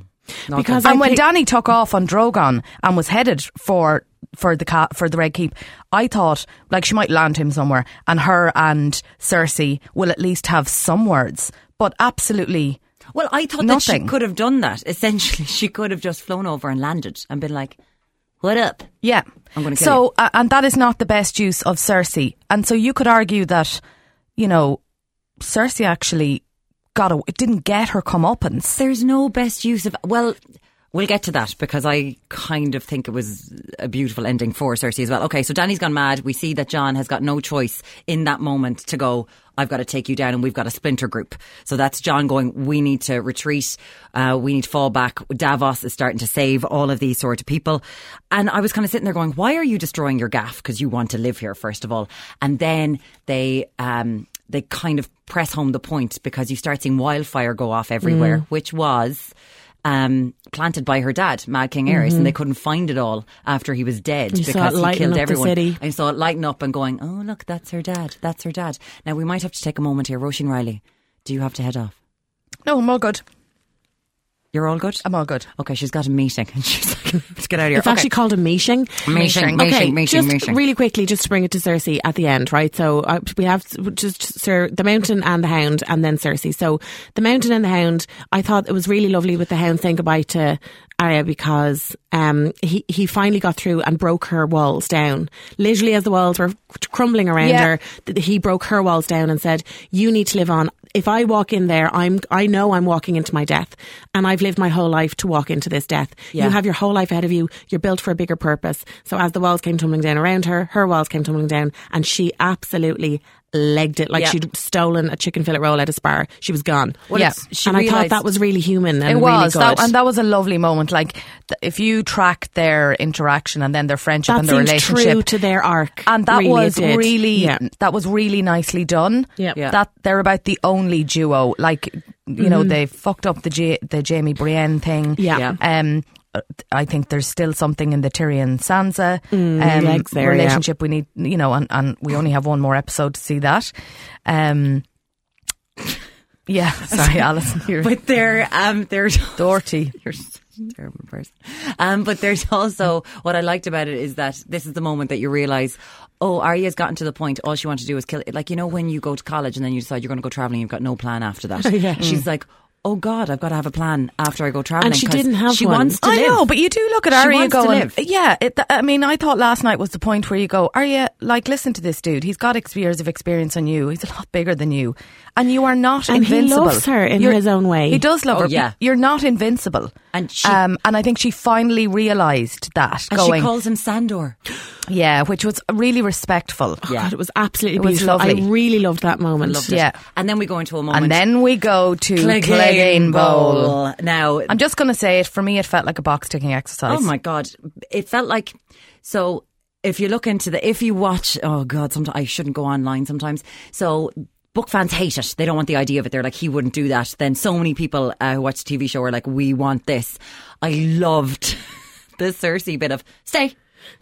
Not
Because
good.
I
And when
think-
Danny took off on Drogon and was headed for for the ca- for the Red Keep, I thought like she might land him somewhere, and her and Cersei will at least have some words. But absolutely,
well, I thought that
Nothing.
she could have done that. Essentially, she could have just flown over and landed and been like, "What up?"
yeah.
I'm gonna kill
so, uh, and that is not the best use of Cersei. And so you could argue that, you know, Cersei actually got a, didn't get her comeuppance.
There's no best use of. Well, we'll get to that because I kind of think it was a beautiful ending for Cersei as well. Okay, so Danny's gone mad. We see that John has got no choice in that moment to go. I've got to take you down, and we've got a splinter group. So that's John going. We need to retreat. Uh, we need to fall back. Davos is starting to save all of these sort of people, and I was kind of sitting there going, "Why are you destroying your gaff? Because you want to live here, first of all." And then they. Um, they kind of press home the point because you start seeing wildfire go off everywhere,
Mm.
which was um, planted by her dad, Mad King Ares, and they couldn't find it all after he was dead
Mm-hmm. You saw
because
it
he
lighten
killed
up the
everyone.
city.
I saw it lighten up and going, oh, look, that's her dad. That's her dad. Now, we might have to take a moment here. Roisin Riley, do you have to head off?
No, I'm all good.
You're all good?
I'm all good.
okay, she's got a meeting and she's like, let's get out of here.
It's Uh, actually called a meeting.
Meeting, meeting,
okay,
meeting,
just
meeting.
really quickly, just to bring it to Cersei at the end, right? So uh, we have just Sir the Mountain and the Hound, and then Cersei. So the Mountain and the Hound, I thought it was really lovely with the Hound saying goodbye to Arya because um, he he finally got through and broke her walls down. Literally, as the walls were crumbling around
Yeah.
her, th- he broke her walls down and said, "You need to live on." If I walk in there, I'm I know I'm walking into my death, and I've lived my whole life to walk into this death.
Yeah.
You have your whole life ahead of you. You're built for a bigger purpose. So as the walls came tumbling down around her, her walls came tumbling down, and she absolutely legged it like
Yeah.
she'd stolen a chicken fillet roll out of Spar. She was gone.
Well,
Yeah.
it's- she
and I thought
realised-
that was really human and
it was
really good.
That, and that was a lovely moment like th- if you track their interaction and then their friendship
That
and their
seemed
relationship
true to their arc.
and that
Really, it
was
did.
really
Yeah.
that was really nicely done
Yeah. Yeah.
that they're about the only duo like you know they fucked up the J- the Jamie Brienne thing
Mm-hmm. Yeah. Yeah.
um I think there's still something in the Tyrion Sansa um,
Mm, legs there, yeah.
relationship we need you know and, and we only have one more episode to see that um yeah sorry Alison you're
but they're, um, they're.
dirty
You're such a terrible person. Um, but there's also what I liked about it is that this is the moment that you realize, oh, Arya's gotten to the point. All she wanted to do was kill. It. Like you know when you go to college and then you decide you're going to go traveling, you've got no plan after that. She's like, oh God, I've got to have a plan after I go traveling.
she
'cause
didn't have
She
one.
wants to
I
live.
know, but you do look at
She
Arya
wants to
going.
live.
Yeah, it, th- I mean, I thought last night was the point where you go, Arya, like, listen to this dude. He's got ex- years of experience on you. He's a lot bigger than you, and you are not
And he
invincible.
loves her in his own way.
He does love
Oh,
her.
yeah.
you're not invincible.
And she-
um, and I think she finally realized that.
and
going,
she calls him Sandor.
yeah, which was really respectful.
Yeah.
God, it was absolutely
It was
beautiful.
lovely.
I really loved that moment.
Loved it.
Yeah.
And then we go into a moment.
And then we go to
Clegane
Clegane Bowl.
Bowl. Now
I'm just going to say it. For me, it felt like a box ticking exercise.
Oh my god, it felt like so. If you look into the, if you watch, oh god, sometimes I shouldn't go online sometimes. So. Book fans hate it. They don't want the idea of it. They're like, he wouldn't do that. Then so many people uh, who watch the TV show are like, we want this. I loved the Cersei bit of stay,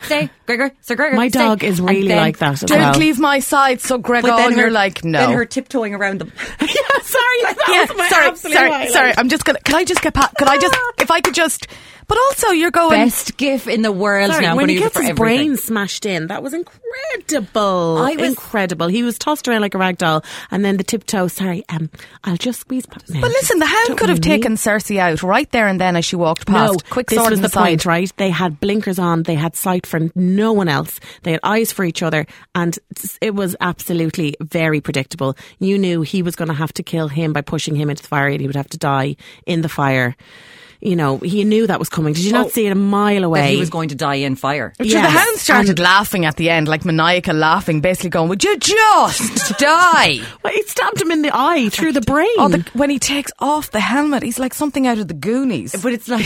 stay, Gregor, Sir Gregor.
My
stay."
dog is
And
really
then-
like that as
Don't
well.
leave my side, so Gregor,
But then her,
you're like, no.
Then her tiptoeing around them. yeah, sorry,
yeah, sorry, sorry, sorry. I'm just gonna. Can I just get? Pa- could I just? If I could just. But also, you're going.
Best gif in the world.
Sorry,
now I'm
when
gonna
he
use it
gets
for
his
everything.
brain smashed in, that was incredible.
I was-
incredible. He was tossed around like a rag doll, and then the tiptoe. Sorry, um, I'll just squeeze. But
But listen, the hound could have taken Cersei out right there and then as she walked past.
No,
Quick
this
sword
was
in
the
the
point,
side.
right? They had blinkers on. They had sight for no one else. They had eyes for each other, and it was absolutely very predictable. You knew he was going to have to kill kill him by pushing him into the fire and he would have to die in the fire. You know, he knew that was coming. Did you
Oh,
not see it a mile away?
That he was going to die in fire.
Sure, the
Yes.
hound started laughing at the end, like maniacal laughing, basically going, "Would you just die?"
Well, it stabbed him in the eye through the brain.
Oh, the, when he takes off the helmet, he's like something out of the Goonies.
But it's like,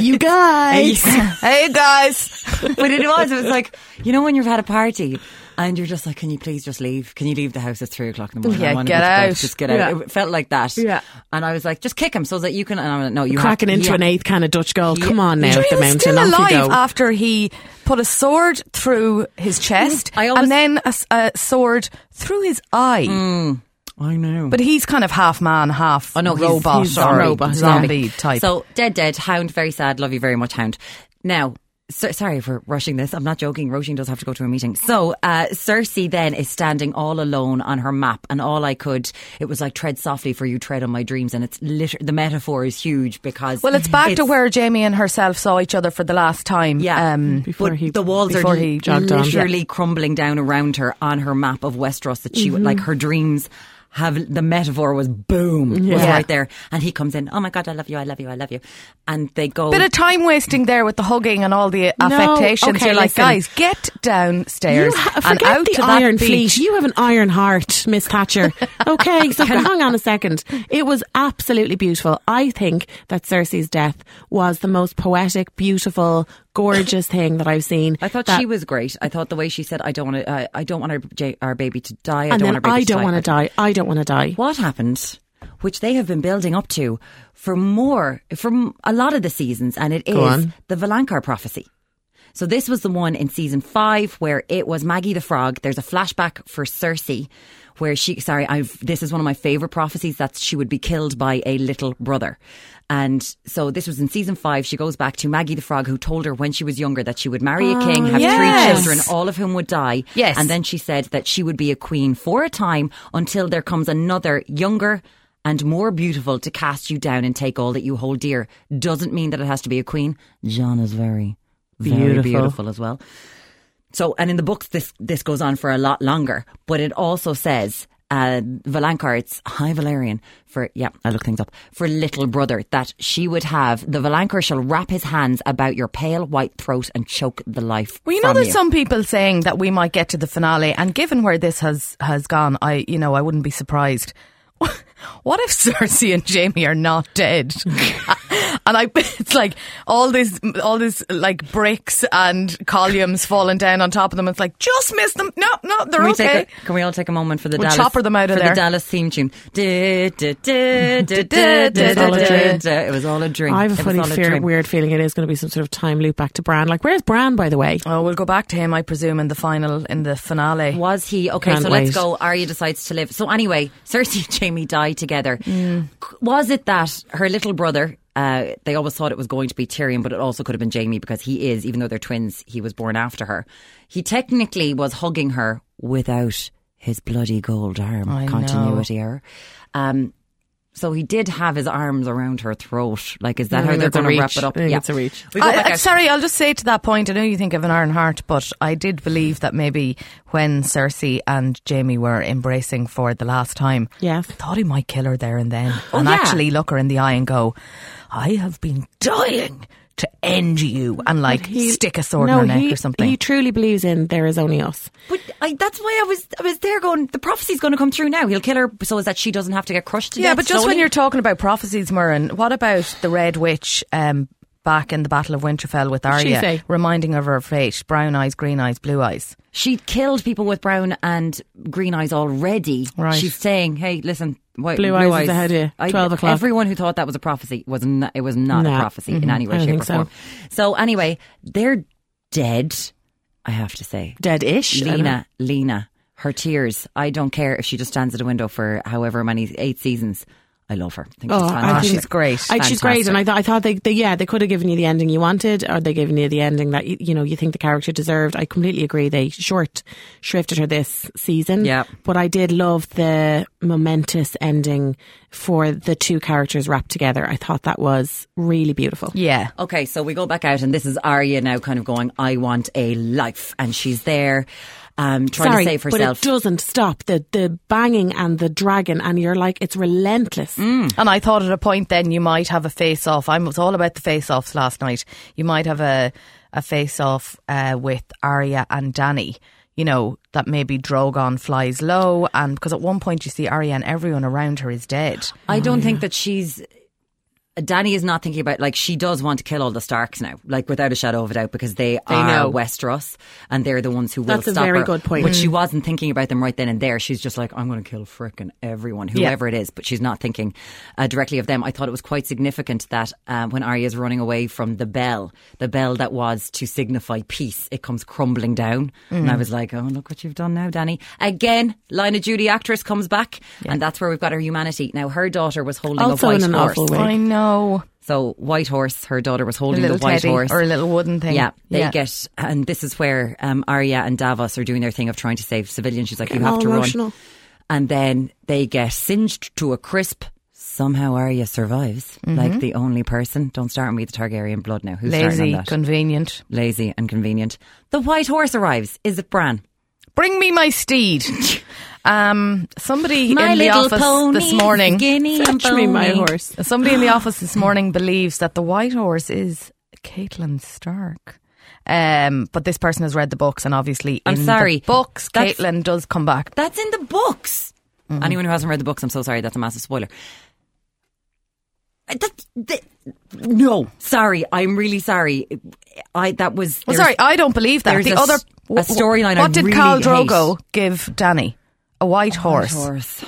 you guys.
hey guys,
but it was. It was like you know when you've had a party and you're just like, can you please just leave? Can you leave the house at three o'clock in the morning?
Yeah,
I want
get
to go to bed.
out.
Just get out.
Yeah.
It felt like that.
Yeah.
And I was like, just kick him so that you can. And I'm like, no, you
Cracking
have,
into
yeah.
an eighth can of Dutch gold. Come on now,
Sure,
at
he
the
was
mountain.
still
Off you go.
alive
Mm,
after he put a sword through his chest
I always-
and then a, s- a sword through his eye.
Mm.
I know.
But he's kind of half man, half
Oh no, he's-
robot,
he's
or
zombie,
robot,
zombie type.
So dead, dead hound. Very sad. Love you very much, hound. Now. So, sorry for rushing this. I'm not joking. Roisin does have to go to a meeting. So, uh, Cersei then is standing all alone on her map, and all I could, it was like, tread softly for you tread on my dreams. And it's liter- the metaphor is huge because.
well, it's back to where Jamie and herself saw each other for the last time.
Yeah. Mm-hmm.
Um,
Before
but
he-
the walls
before
are
he
li-
jogged on.
literally crumbling down around her on her map of Westeros that she like her dreams have the metaphor was boom was
Yeah.
right there and he comes in oh my god I love you I love you I love you and they go
Bit of time wasting there with the hugging and all the
No,
affectations.
okay,
You're like,
listen.
guys, get downstairs
You ha-
and
forget
out
the
to that
Iron
beach.
Fleet. You have an iron heart, Miss Thatcher. Okay, so hang on a second. It was absolutely beautiful. I think that Cersei's death was the most poetic, beautiful, gorgeous thing that I've seen.
I thought
That-
she was great I thought the way she said I don't want to I, I don't want our, J- our baby to die I
and
don't
then
want our baby
I don't
to
want to die. I don't want to die.
what happened which they have been building up to for more from a lot of the seasons and it is
Go on.
the Valankar prophecy so this was the one in season 5 where it was Maggie the frog there's a flashback for Cersei where she sorry I've this is one of my favorite prophecies that she would be killed by a little brother and so this was in season 5 she goes back to Maggie the frog who told her when she was younger that she would marry a
Ah,
king have three
yes.
children all of whom would die
Yes.
and then and she said that she would be a queen for a time until there comes another younger and more beautiful to cast you down and take all that you hold dear. Doesn't mean that it has to be a queen. John is very, very
Beautiful.
beautiful, as well. So, and in the books, this this goes on for a lot longer, but it also says. Uh, Valankar, it's High Valerian for, yeah, I look things up, for little brother, that she would have, the Valankar shall wrap his hands about your pale white throat and choke the life.
Well, you know,
from
there's
you.
some people saying that we might get to the finale, and given where this has has gone, I you know I wouldn't be surprised. What if Cersei and Jamie are not dead? and I, it's like all this, all this like bricks and columns falling down on top of them. It's like just miss them. No, no, they're
Can we,
okay.
take a, can we all take a moment for the
We'll
Dallas?
chopper them out of
for
there.
the Dallas theme tune. Du- du- du- du- du- du- du-
It's all a
du-
drink.
du- It was all a drink.
I have a
It was
funny,
all a
fear,
drink.
weird feeling it is going to be some sort of time loop back to Bran. Like, where's Bran, by the way?
oh, we'll go back to him, I presume, in the final, in the finale.
Was he okay?
Can't
so let's
wait.
go. Arya decides to live. So anyway, Cersei and Jamie die together.
Mm.
C- Was it that her little brother? Uh, they always thought it was going to be Tyrion, but it also could have been Jamie because he is, even though they're twins, he was born after her. He technically was hugging her without his bloody gold arm.
I know.
continuity error. Um, so he did have his arms around her throat. Like, is that how they're
that's a
going to wrap
reach.
it up?
I think it's a reach.
We go
I,
back
I'm
out.
Uh, sorry, I'll just say to that point. I know you think of an iron heart, but I did believe that maybe when Cersei and Jamie were embracing for the last time,
Yes.
I thought he might kill her there and then, and
yeah.
actually look her in the eye and go, "I have been dying to end you," and like stick a sword
no,
in her neck
he-
or something.
He truly believes in there is only us.
But I, that's why I was I was there going. The prophecy's going to come through now. He'll kill her so as that she doesn't have to get crushed to
yeah,
death
but just
slowly.
when you're talking about prophecies, Murren, what about the Red Witch? Um, Back in the Battle of Winterfell with
she
Arya,
say?
reminding her of her fate: brown eyes, green eyes, blue eyes.
she killed people with brown and green eyes already.
Right.
She's saying, "Hey, listen." Why,
Blue eyes is ahead of you. 12 o'clock.
Everyone who thought that was a prophecy was not, it was not
No.
a prophecy in any
I
way,
don't
shape, or
think so.
form. So anyway, they're dead. I have to say,
Dead-ish. I don't know.
Lena, Lena, her tears. I don't care if she just stands at a window for however many eight seasons. I love her. I think she's
Oh, I
fantastic.
think-
She's great.
I, she's great, and I thought I thought they, they yeah they could have given you the ending you wanted, or they given you the ending that you, you know you think the character deserved. I completely agree. They short shrifted her this season,
Yeah.
But I did love the momentous ending for the two characters wrapped together. I thought that was really beautiful.
Yeah.
Okay, so we go back out, and this is Arya now kind of going, I want a life. And she's there um, trying
Sorry,
to save herself.
but it doesn't stop the the banging and the dragon, and you're like it's relentless.
Mm.
And I thought at a point then you might have a face off. I was all about the face offs last night. You might have a a face off uh, with Arya and Danny. You know that maybe Drogon flies low, and because at one point you see Arya and everyone around her is dead.
I don't
Oh,
think that she's. Danny is not thinking about like she does want to kill all the Starks now, like without a shadow of a doubt, because they, are
know.
Westeros and they're the ones who will
That's a
stop
very
her.
good point.
But she wasn't thinking about them right then and there. She's just like, I'm going to kill frickin' everyone, whoever it is. But she's not thinking uh, directly of them. I thought it was quite significant that um, when Arya's running away from the bell, the bell that was to signify peace, it comes crumbling down,
Mm.
and I was like, Oh, look what you've done now, Danny. Again, line of duty actress comes back, and that's where we've got her humanity. Now her daughter was holding
Also
a white
in an
horse.
awful way.
I know
So white horse, her daughter was
a
holding the
little
white
teddy
horse.
or a little wooden thing.
yeah, they get, and this is where um, Arya and Davos are doing their thing of trying to save civilians. She's like, "You have
all
to
emotional.
run," and then they get singed to a crisp. Somehow Arya survives, like the only person. Don't start me with the Targaryen blood now. Who's starting
lazy,
on that?
convenient.
Lazy and convenient. The white horse arrives. Is it Bran?
Bring me my steed. Um, somebody
My
in the
little
office
pony,
this morning.
Guinea and
Fetch me my
bony.
horse.
Somebody in the office this morning believes that the White Horse is Caitlin Stark. Um, but this person has read the books, and obviously,
I'm
in
sorry.
the books,
That's-
Caitlin does come back.
That's in the books. Anyone who hasn't read the books, I'm so sorry. That's a massive spoiler. Uh, That, that, no, sorry. I'm really sorry. I that was.
Well,
there's-
sorry, I don't believe that.
there's
The
a
other
s- a storyline I
What did
really
Carl
hate.
Drogo give Danny? A white horse.
horse.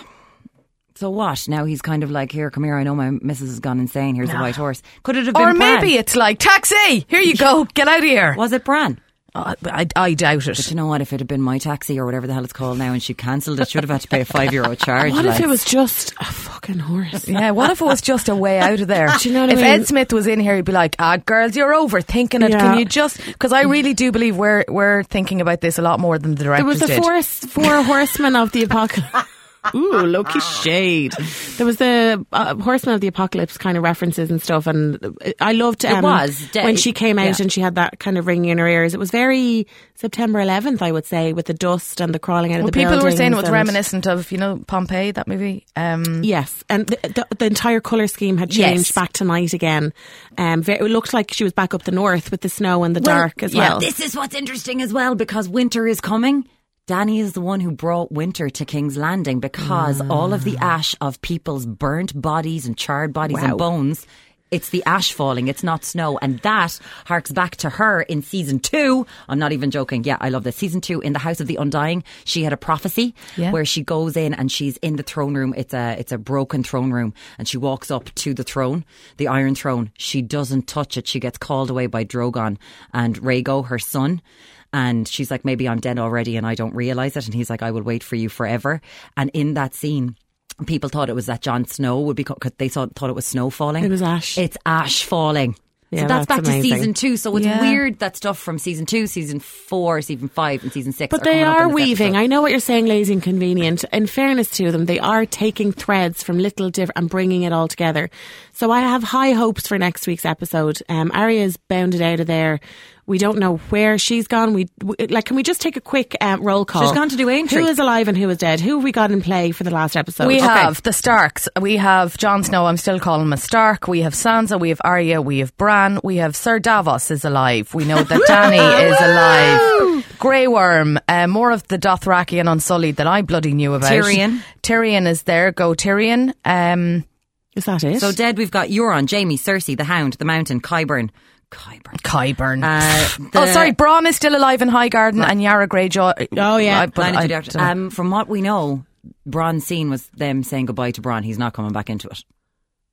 So what? Now he's kind of like, here, come here. I know my missus has gone insane. Here's a white horse. Could it have been?
Or
Bran?
maybe it's like taxi. Here you go. Get out of here.
was it Bran?
Uh, I, I doubt
But
it.
you know what? If it had been my taxi or whatever the hell it's called now, and she cancelled it, she would have had to pay a five euro charge.
What if
like.
it was just a fucking horse?
Yeah, what if it was just a way out of there?
Do you know what I
if
mean?
Ed Smith was in here, he'd be like, "Ah, girls, you're overthinking it.
Yeah.
Can you just?" Because I really do believe we're we're thinking about this a lot more than the
There
directors
was the
did.
forest four horsemen of the apocalypse. Ooh, Loki shade. There was the uh, horsemen of the apocalypse kind of references and stuff, and I loved um,
was, de-
when she came out
yeah.
and she had that kind of ringing in her ears. It was very September 11th, I would say, with the dust and the crawling out
Well,
of the
people were saying
buildings
it was
and- Mm.
reminiscent of you know Pompeii, that movie. Um,
Yes, and the, the, the entire color scheme had changed
Yes.
back to night again. Um, ve- it looked like she was back up the north with the snow and the dark as
yeah,
well.
This is what's interesting as well because winter is coming. Danny is the one who brought winter to King's Landing
Ah.
because all of the ash of people's burnt bodies and charred bodies and bones. It's the ash falling, it's not snow. And that harks back to her in season two. I'm not even joking. Yeah, I love this. Season two, in the House of the Undying, she had a prophecy
Yeah.
where she goes in and she's in the throne room. It's a, it's a broken throne room. And she walks up to the throne, the Iron Throne. She doesn't touch it. She gets called away by Drogon and Rhaego, her son. And she's like, maybe I'm dead already and I don't realize it. And he's like, I will wait for you forever. And in that scene, people thought it was that Jon Snow would be, because they thought, thought it was snow falling.
It was ash.
It's ash falling.
Yeah,
so that's,
that's
back
amazing.
to season two. So it's
Yeah.
weird that stuff from season two, season four, season five, and season six.
But
are
they
coming up
are
in this
weaving.
episode.
I know what you're saying, lazy and convenient. In fairness to them, they are taking threads from little different and bringing it all together. So I have high hopes for next week's episode. Um, Arya's bounded out of there. We don't know where she's gone. We w- like, can we just take a quick um, roll call?
She's gone to do Aintree.
Who is alive and who is dead? Who have we got in play for the last episode?
we
Okay.
have the Starks. We have Jon Snow. I'm still calling him a Stark. We have Sansa. We have Arya. We have Bran. We have Sir Davos is alive. We know that Danny is alive. Grey Worm. Uh, more of the Dothraki and Unsullied that I bloody knew about.
Tyrion.
Tyrion is there. Go Tyrion. Um,
Is that it?
So dead, we've got Euron, Jamie, Cersei, the Hound, the Mountain, Kyburn. Kyburn.
Kyburn.
Uh,
oh,
the-
sorry. Braun is still alive in Highgarden and Yara Greyjoy.
Oh, yeah.
I- but
Line of
I
duty actor.
don't know.
um, from what we know, Bron's scene was them saying goodbye to Bron. He's not coming back into it.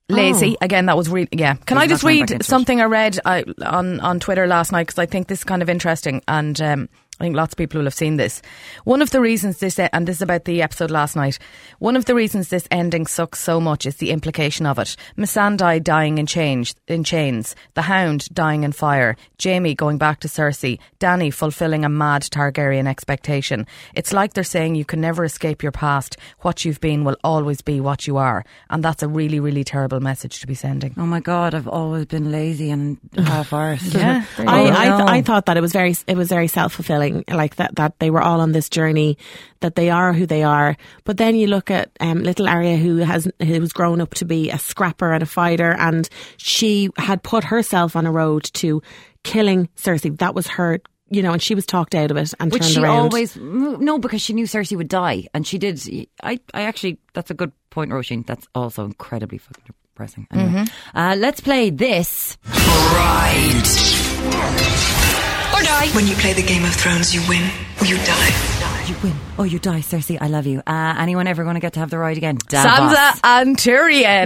lazy again. That was really yeah. Can
oh. There's
I
nothing
just
back into
read uh,
it.
something I read I, on on Twitter last night because I think this is kind of interesting and um, I think lots of people will have seen this. One of the reasons this, e, and this is about the episode last night, one of the reasons this ending sucks so much is the implication of it. Missandei dying in, change, in chains, the hound dying in fire, Jamie going back to Cersei, Danny fulfilling a mad Targaryen expectation. It's like they're saying you can never escape your past. What you've been will always be what you are. And that's a really, really terrible message to be sending.
Oh my God, I've always been lazy and half arsed.
Yeah. there you
I,
go.
I,
no.
I thought that it was very it was very self fulfilling, like that that they were all on this journey, that they are who they are. But then you look at um, little Arya, who has who's grown up to be a scrapper and a fighter, and she had put herself on a road to killing Cersei. That was her, you know, and she was talked out of it and
Which
turned
she
around.
always no, because she knew Cersei would die, and she did. I, I actually, that's a good point, Roisin. That's also incredibly fucking depressing. Anyway, uh, let's play this.
Right. Or die.
When you play the Game of Thrones, you win or you die.
You win. Oh, you die, Cersei. I love you. Uh, anyone ever going to get to have the ride again? Davos.
Sansa and Tyrion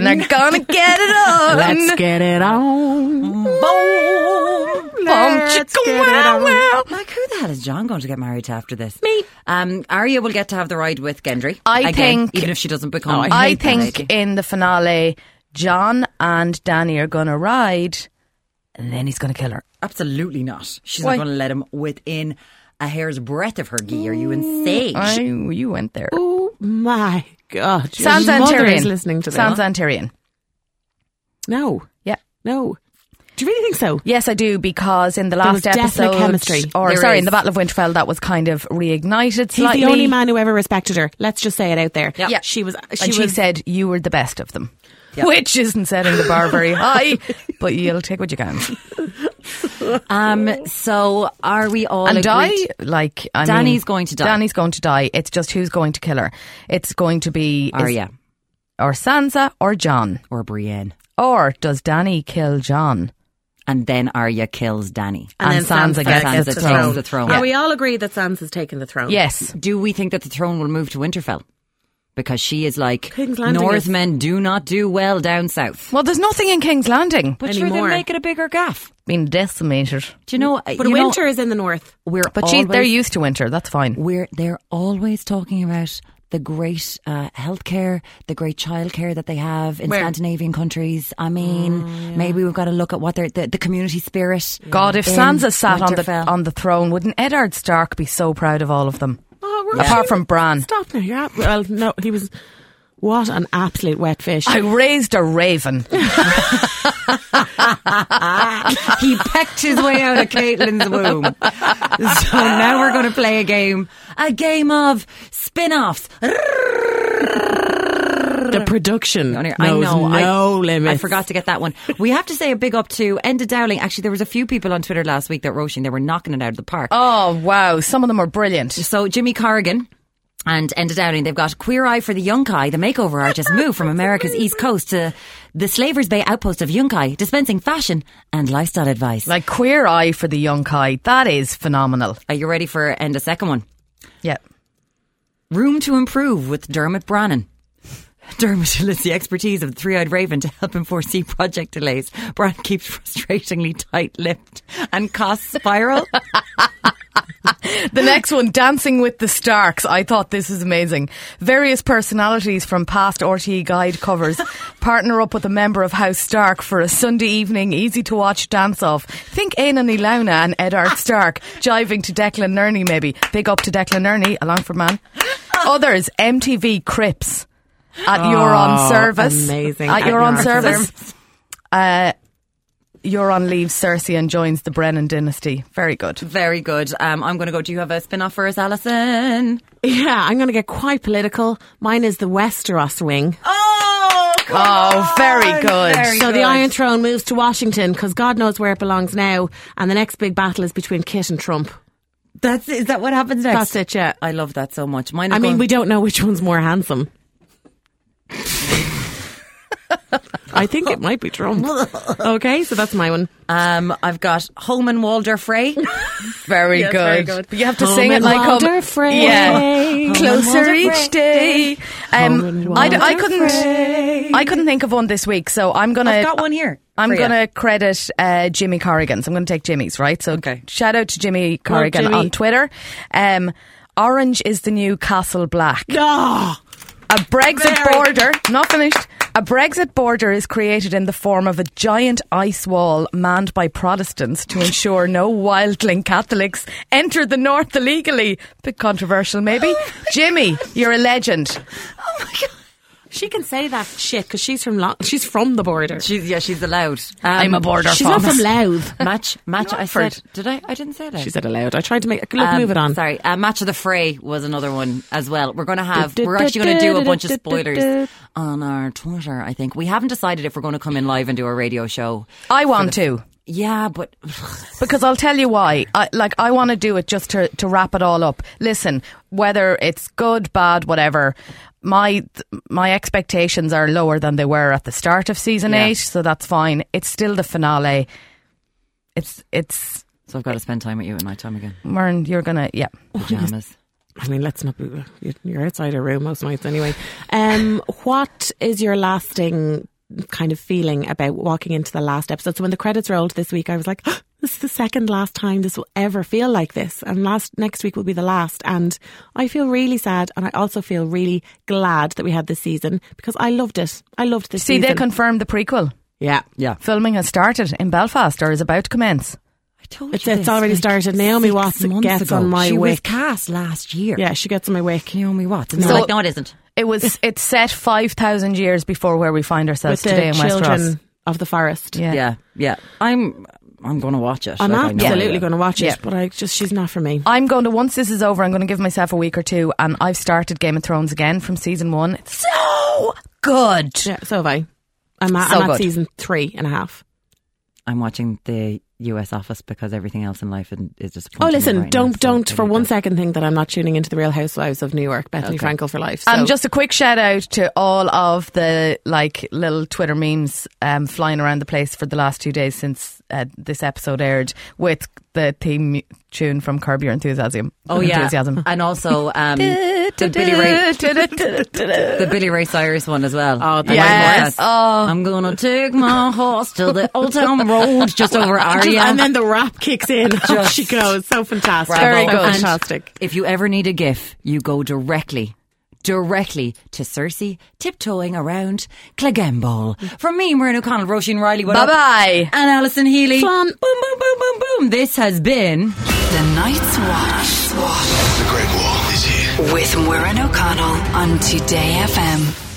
are gonna get it on.
Let's get it on.
Boom.
Let's
chicken
get it
wow
on.
wow.
Like, who the hell is John going to get married to after this?
Me.
Um, Arya will get to have the ride with Gendry.
I
again,
think-
even if she doesn't become.
I,
hate that
think
lady.
in the finale, John and Danny are gonna ride, and then he's gonna kill her.
absolutely not. She's
Why?
not going to let him within a hair's breadth of her gi. Are you insane?
I, you went there.
Oh my god! Your
Sansa and
mother
Tyrion.
is listening to this.
Sansa and Tyrion.
No,
Yeah.
no. Do you really think so?
Yes, I do because in the
was
last
definite
episode,
chemistry.
or
There
sorry,
is.
in the Battle of Winterfell, that was kind of reignited
He's
slightly.
the only man who ever respected her. Let's just say it out there.
Yeah.
She was. She
and she
was.
said you were the best of them, which isn't setting the bar very high, but you'll take what you can.
Um. So are we all
and
agreed-
die like I
Danny's
mean,
going to die.
Danny's going to die. It's just who's going to kill her. It's going to be is-
Arya
or Sansa or John.
or Brienne,
Or does Danny kill John?
and then Arya kills Danny.
And And then Sansa Sansa gets
Sansa
the
takes
throne.
the throne.
Are we all agree that Sansa's taken the throne?
Yes.
Do we think that the throne will move to Winterfell? Because she is like
King's Landing
Northmen do not do well down south.
Well, there's nothing in King's Landing.
But sure,
Anymore.
they make it a bigger gaff.
Been decimated.
Do you know?
But
you know,
winter is in the north.
we're
But she,
always,
they're used to winter. That's fine.
we're they're always talking about the great uh, healthcare, the great childcare that they have in Scandinavian countries. I
Mm,
mean, maybe we've got to look at what they're the, the community spirit.
God, if
in
Sansa sat on the
Winterfell.
on the throne, wouldn't Eddard Stark be so proud of all of them?
Oh, we're
Apart from Bran,
Stop now. You're ab- well, no, he was. What an absolute wet fish.
I raised a raven.
he pecked his way out of Caitlin's womb. So now we're going to play a game, a game of spin-offs.
the production
on here.
knows
I know.
no
I,
limits.
I forgot to get that one. We have to say a big up to Enda Dowling. Actually, there was a few people on Twitter last week that Roisin, they were knocking it out of the park.
Oh wow, some of them are brilliant.
So Jimmy Corrigan. And Enda Dowling, they've got Queer Eye for the Yunkai, the makeover artist, moved from America's East Coast to the Slavers Bay outpost of Yunkai, dispensing fashion and lifestyle advice.
Like queer eye for the young Kai. That is phenomenal.
Are you ready for Enda's second one?
Yeah.
Room to Improve with Dermot Brannan. Dermot enlists the expertise of the three-eyed raven to help him foresee project delays. Brannan keeps frustratingly tight-lipped and costs spiral.
The next one, Dancing with the Starks. I thought this is amazing. Various personalities from past RTE Guide covers partner up with a member of House Stark for a Sunday evening easy to watch dance off. Think Aina Launa and Eddard Stark jiving to Declan Nerney maybe. Big up to Declan Nerney, a Longford man. Others, MTV Crips at
Oh,
Your On Service.
amazing.
At
At
Your On
Your On
Service. Uh, Your On leaves Cersei and joins the Brennan dynasty. Very good.
Very good. Um, I'm going to go. Do you have a spin-off for us, Alison?
Yeah, I'm going to get quite political. Mine is the Westeros wing.
Oh,
Oh, very good.
so the Iron Throne moves to Washington because God knows where it belongs now. And the next big battle is between Kit and Trump.
That's is that what happens next?
That's it, yeah.
I love that so much. Mine.
I
is
mean,
going-
we don't know which one's more handsome. I think it might be Trump. Okay, so that's my one.
Um, I've got Holman Walder Frey.
Very,
Yes,
good.
very good.
But you have to
Home
sing it
and
like
Walder
home-
Frey.
Yeah.
Home
Closer
and Walder
each
Frey.
day. Um,
and
I, d- I
Walder
couldn't. I couldn't think of one this week, so I'm gonna.
I've got one here
I'm
for you.
gonna credit uh, Jimmy Corrigan's. I'm gonna take Jimmy's right. So
Okay.
shout out to Jimmy Corrigan
Jimmy.
on Twitter. Um, Orange is the new Castle Black.
Ah,
A Brexit
Very-
border, not finished. A Brexit border is created in the form of a giant ice wall manned by Protestants to ensure no wildling Catholics enter the north illegally. Bit controversial, maybe. Jimmy, you're a legend.
she can say that shit because she's from Lo- she's from the border.
She's yeah, she's allowed. Um,
I'm a border
she's not from
Thomas.
Louth.
match. Match. I
Longford.
said. Did I? I didn't say that.
She said aloud. I tried to make look,
Um,
move it on.
Sorry, uh, match of the fray was another one as well. We're going to have. We're actually going to do a bunch of spoilers on our Twitter. I think we haven't decided if we're going to come in live and do a radio show.
I want to.
Yeah, but
Because I'll tell you why. I, like, I want to do it just to, to wrap it all up. Listen, whether it's good, bad, whatever, my my expectations are lower than they were at the start of season
Yeah.
eight, so that's fine. It's still the finale. It's it's
so I've got to spend time with you at night time again.
Mern, you're gonna yeah.
Pajamas.
I mean, let's not. Be, you're outside her room most nights anyway. Um, what is your lasting kind of feeling about walking into the last episode? So when the credits rolled this week, I was like, "This is the second last time this will ever feel like this, and last next week will be the last." And I feel really sad, and I also feel really glad that we had this season because I loved it. I loved this.
See,
season.
they confirmed the prequel.
yeah,
Yeah,
Filming has started in Belfast or is about to commence.
I told
It's, it's already started. Naomi Watts gets on my
she was
wick.
cast last year.
yeah, she gets on my wick.
Naomi Watts. And
So-
they're like, no, it isn't.
It was it's set five thousand years before where we find ourselves
With
today
the
in Westeros.
children of the forest.
Yeah.
Yeah, yeah. I'm. I'm going to watch it.
I'm
Like, I know
absolutely
it.
going to watch it,
Yeah.
but I just she's not for me.
I'm going to once this is over, I'm going to give myself a week or two, and I've started Game of Thrones again from season one. It's so good.
Yeah, so have I. I'm at,
So
I'm at
good.
season three and a half.
I'm watching the U.S. Office because everything else in life is- is
Oh,
disappointing.
listen,
right now,
don't
so
don't
I
for
think
one
that's-
second think that I'm not tuning into the Real Housewives of New York, Bethany Frankel for life. So.
And just a quick shout out to all of the like little Twitter memes um, flying around the place for the last two days since uh, this episode aired with the theme mu- tune from Curb Your Enthusiasm.
Oh yeah,
enthusiasm.
and also um, the Billy Ray, the Billy Ray Cyrus one as well. Oh,
the
Yes. Oh.
I'm gonna take my horse to the old town road, just over
Just-
Aria.
and then the rap kicks in. Off she goes. So fantastic.
Very
so
good.
fantastic.
if you ever need a GIF, you go directly. Directly to Cersei, tiptoeing around Clagamble. From me, Maureen O'Connell, Roisin Riley, what
Bye
up?
bye.
and Alison Healy.
Flan.
Boom, boom, boom, boom, boom. This has been.
The Night's Watch
The Great Wall is here.
with Maureen O'Connell on Today FM.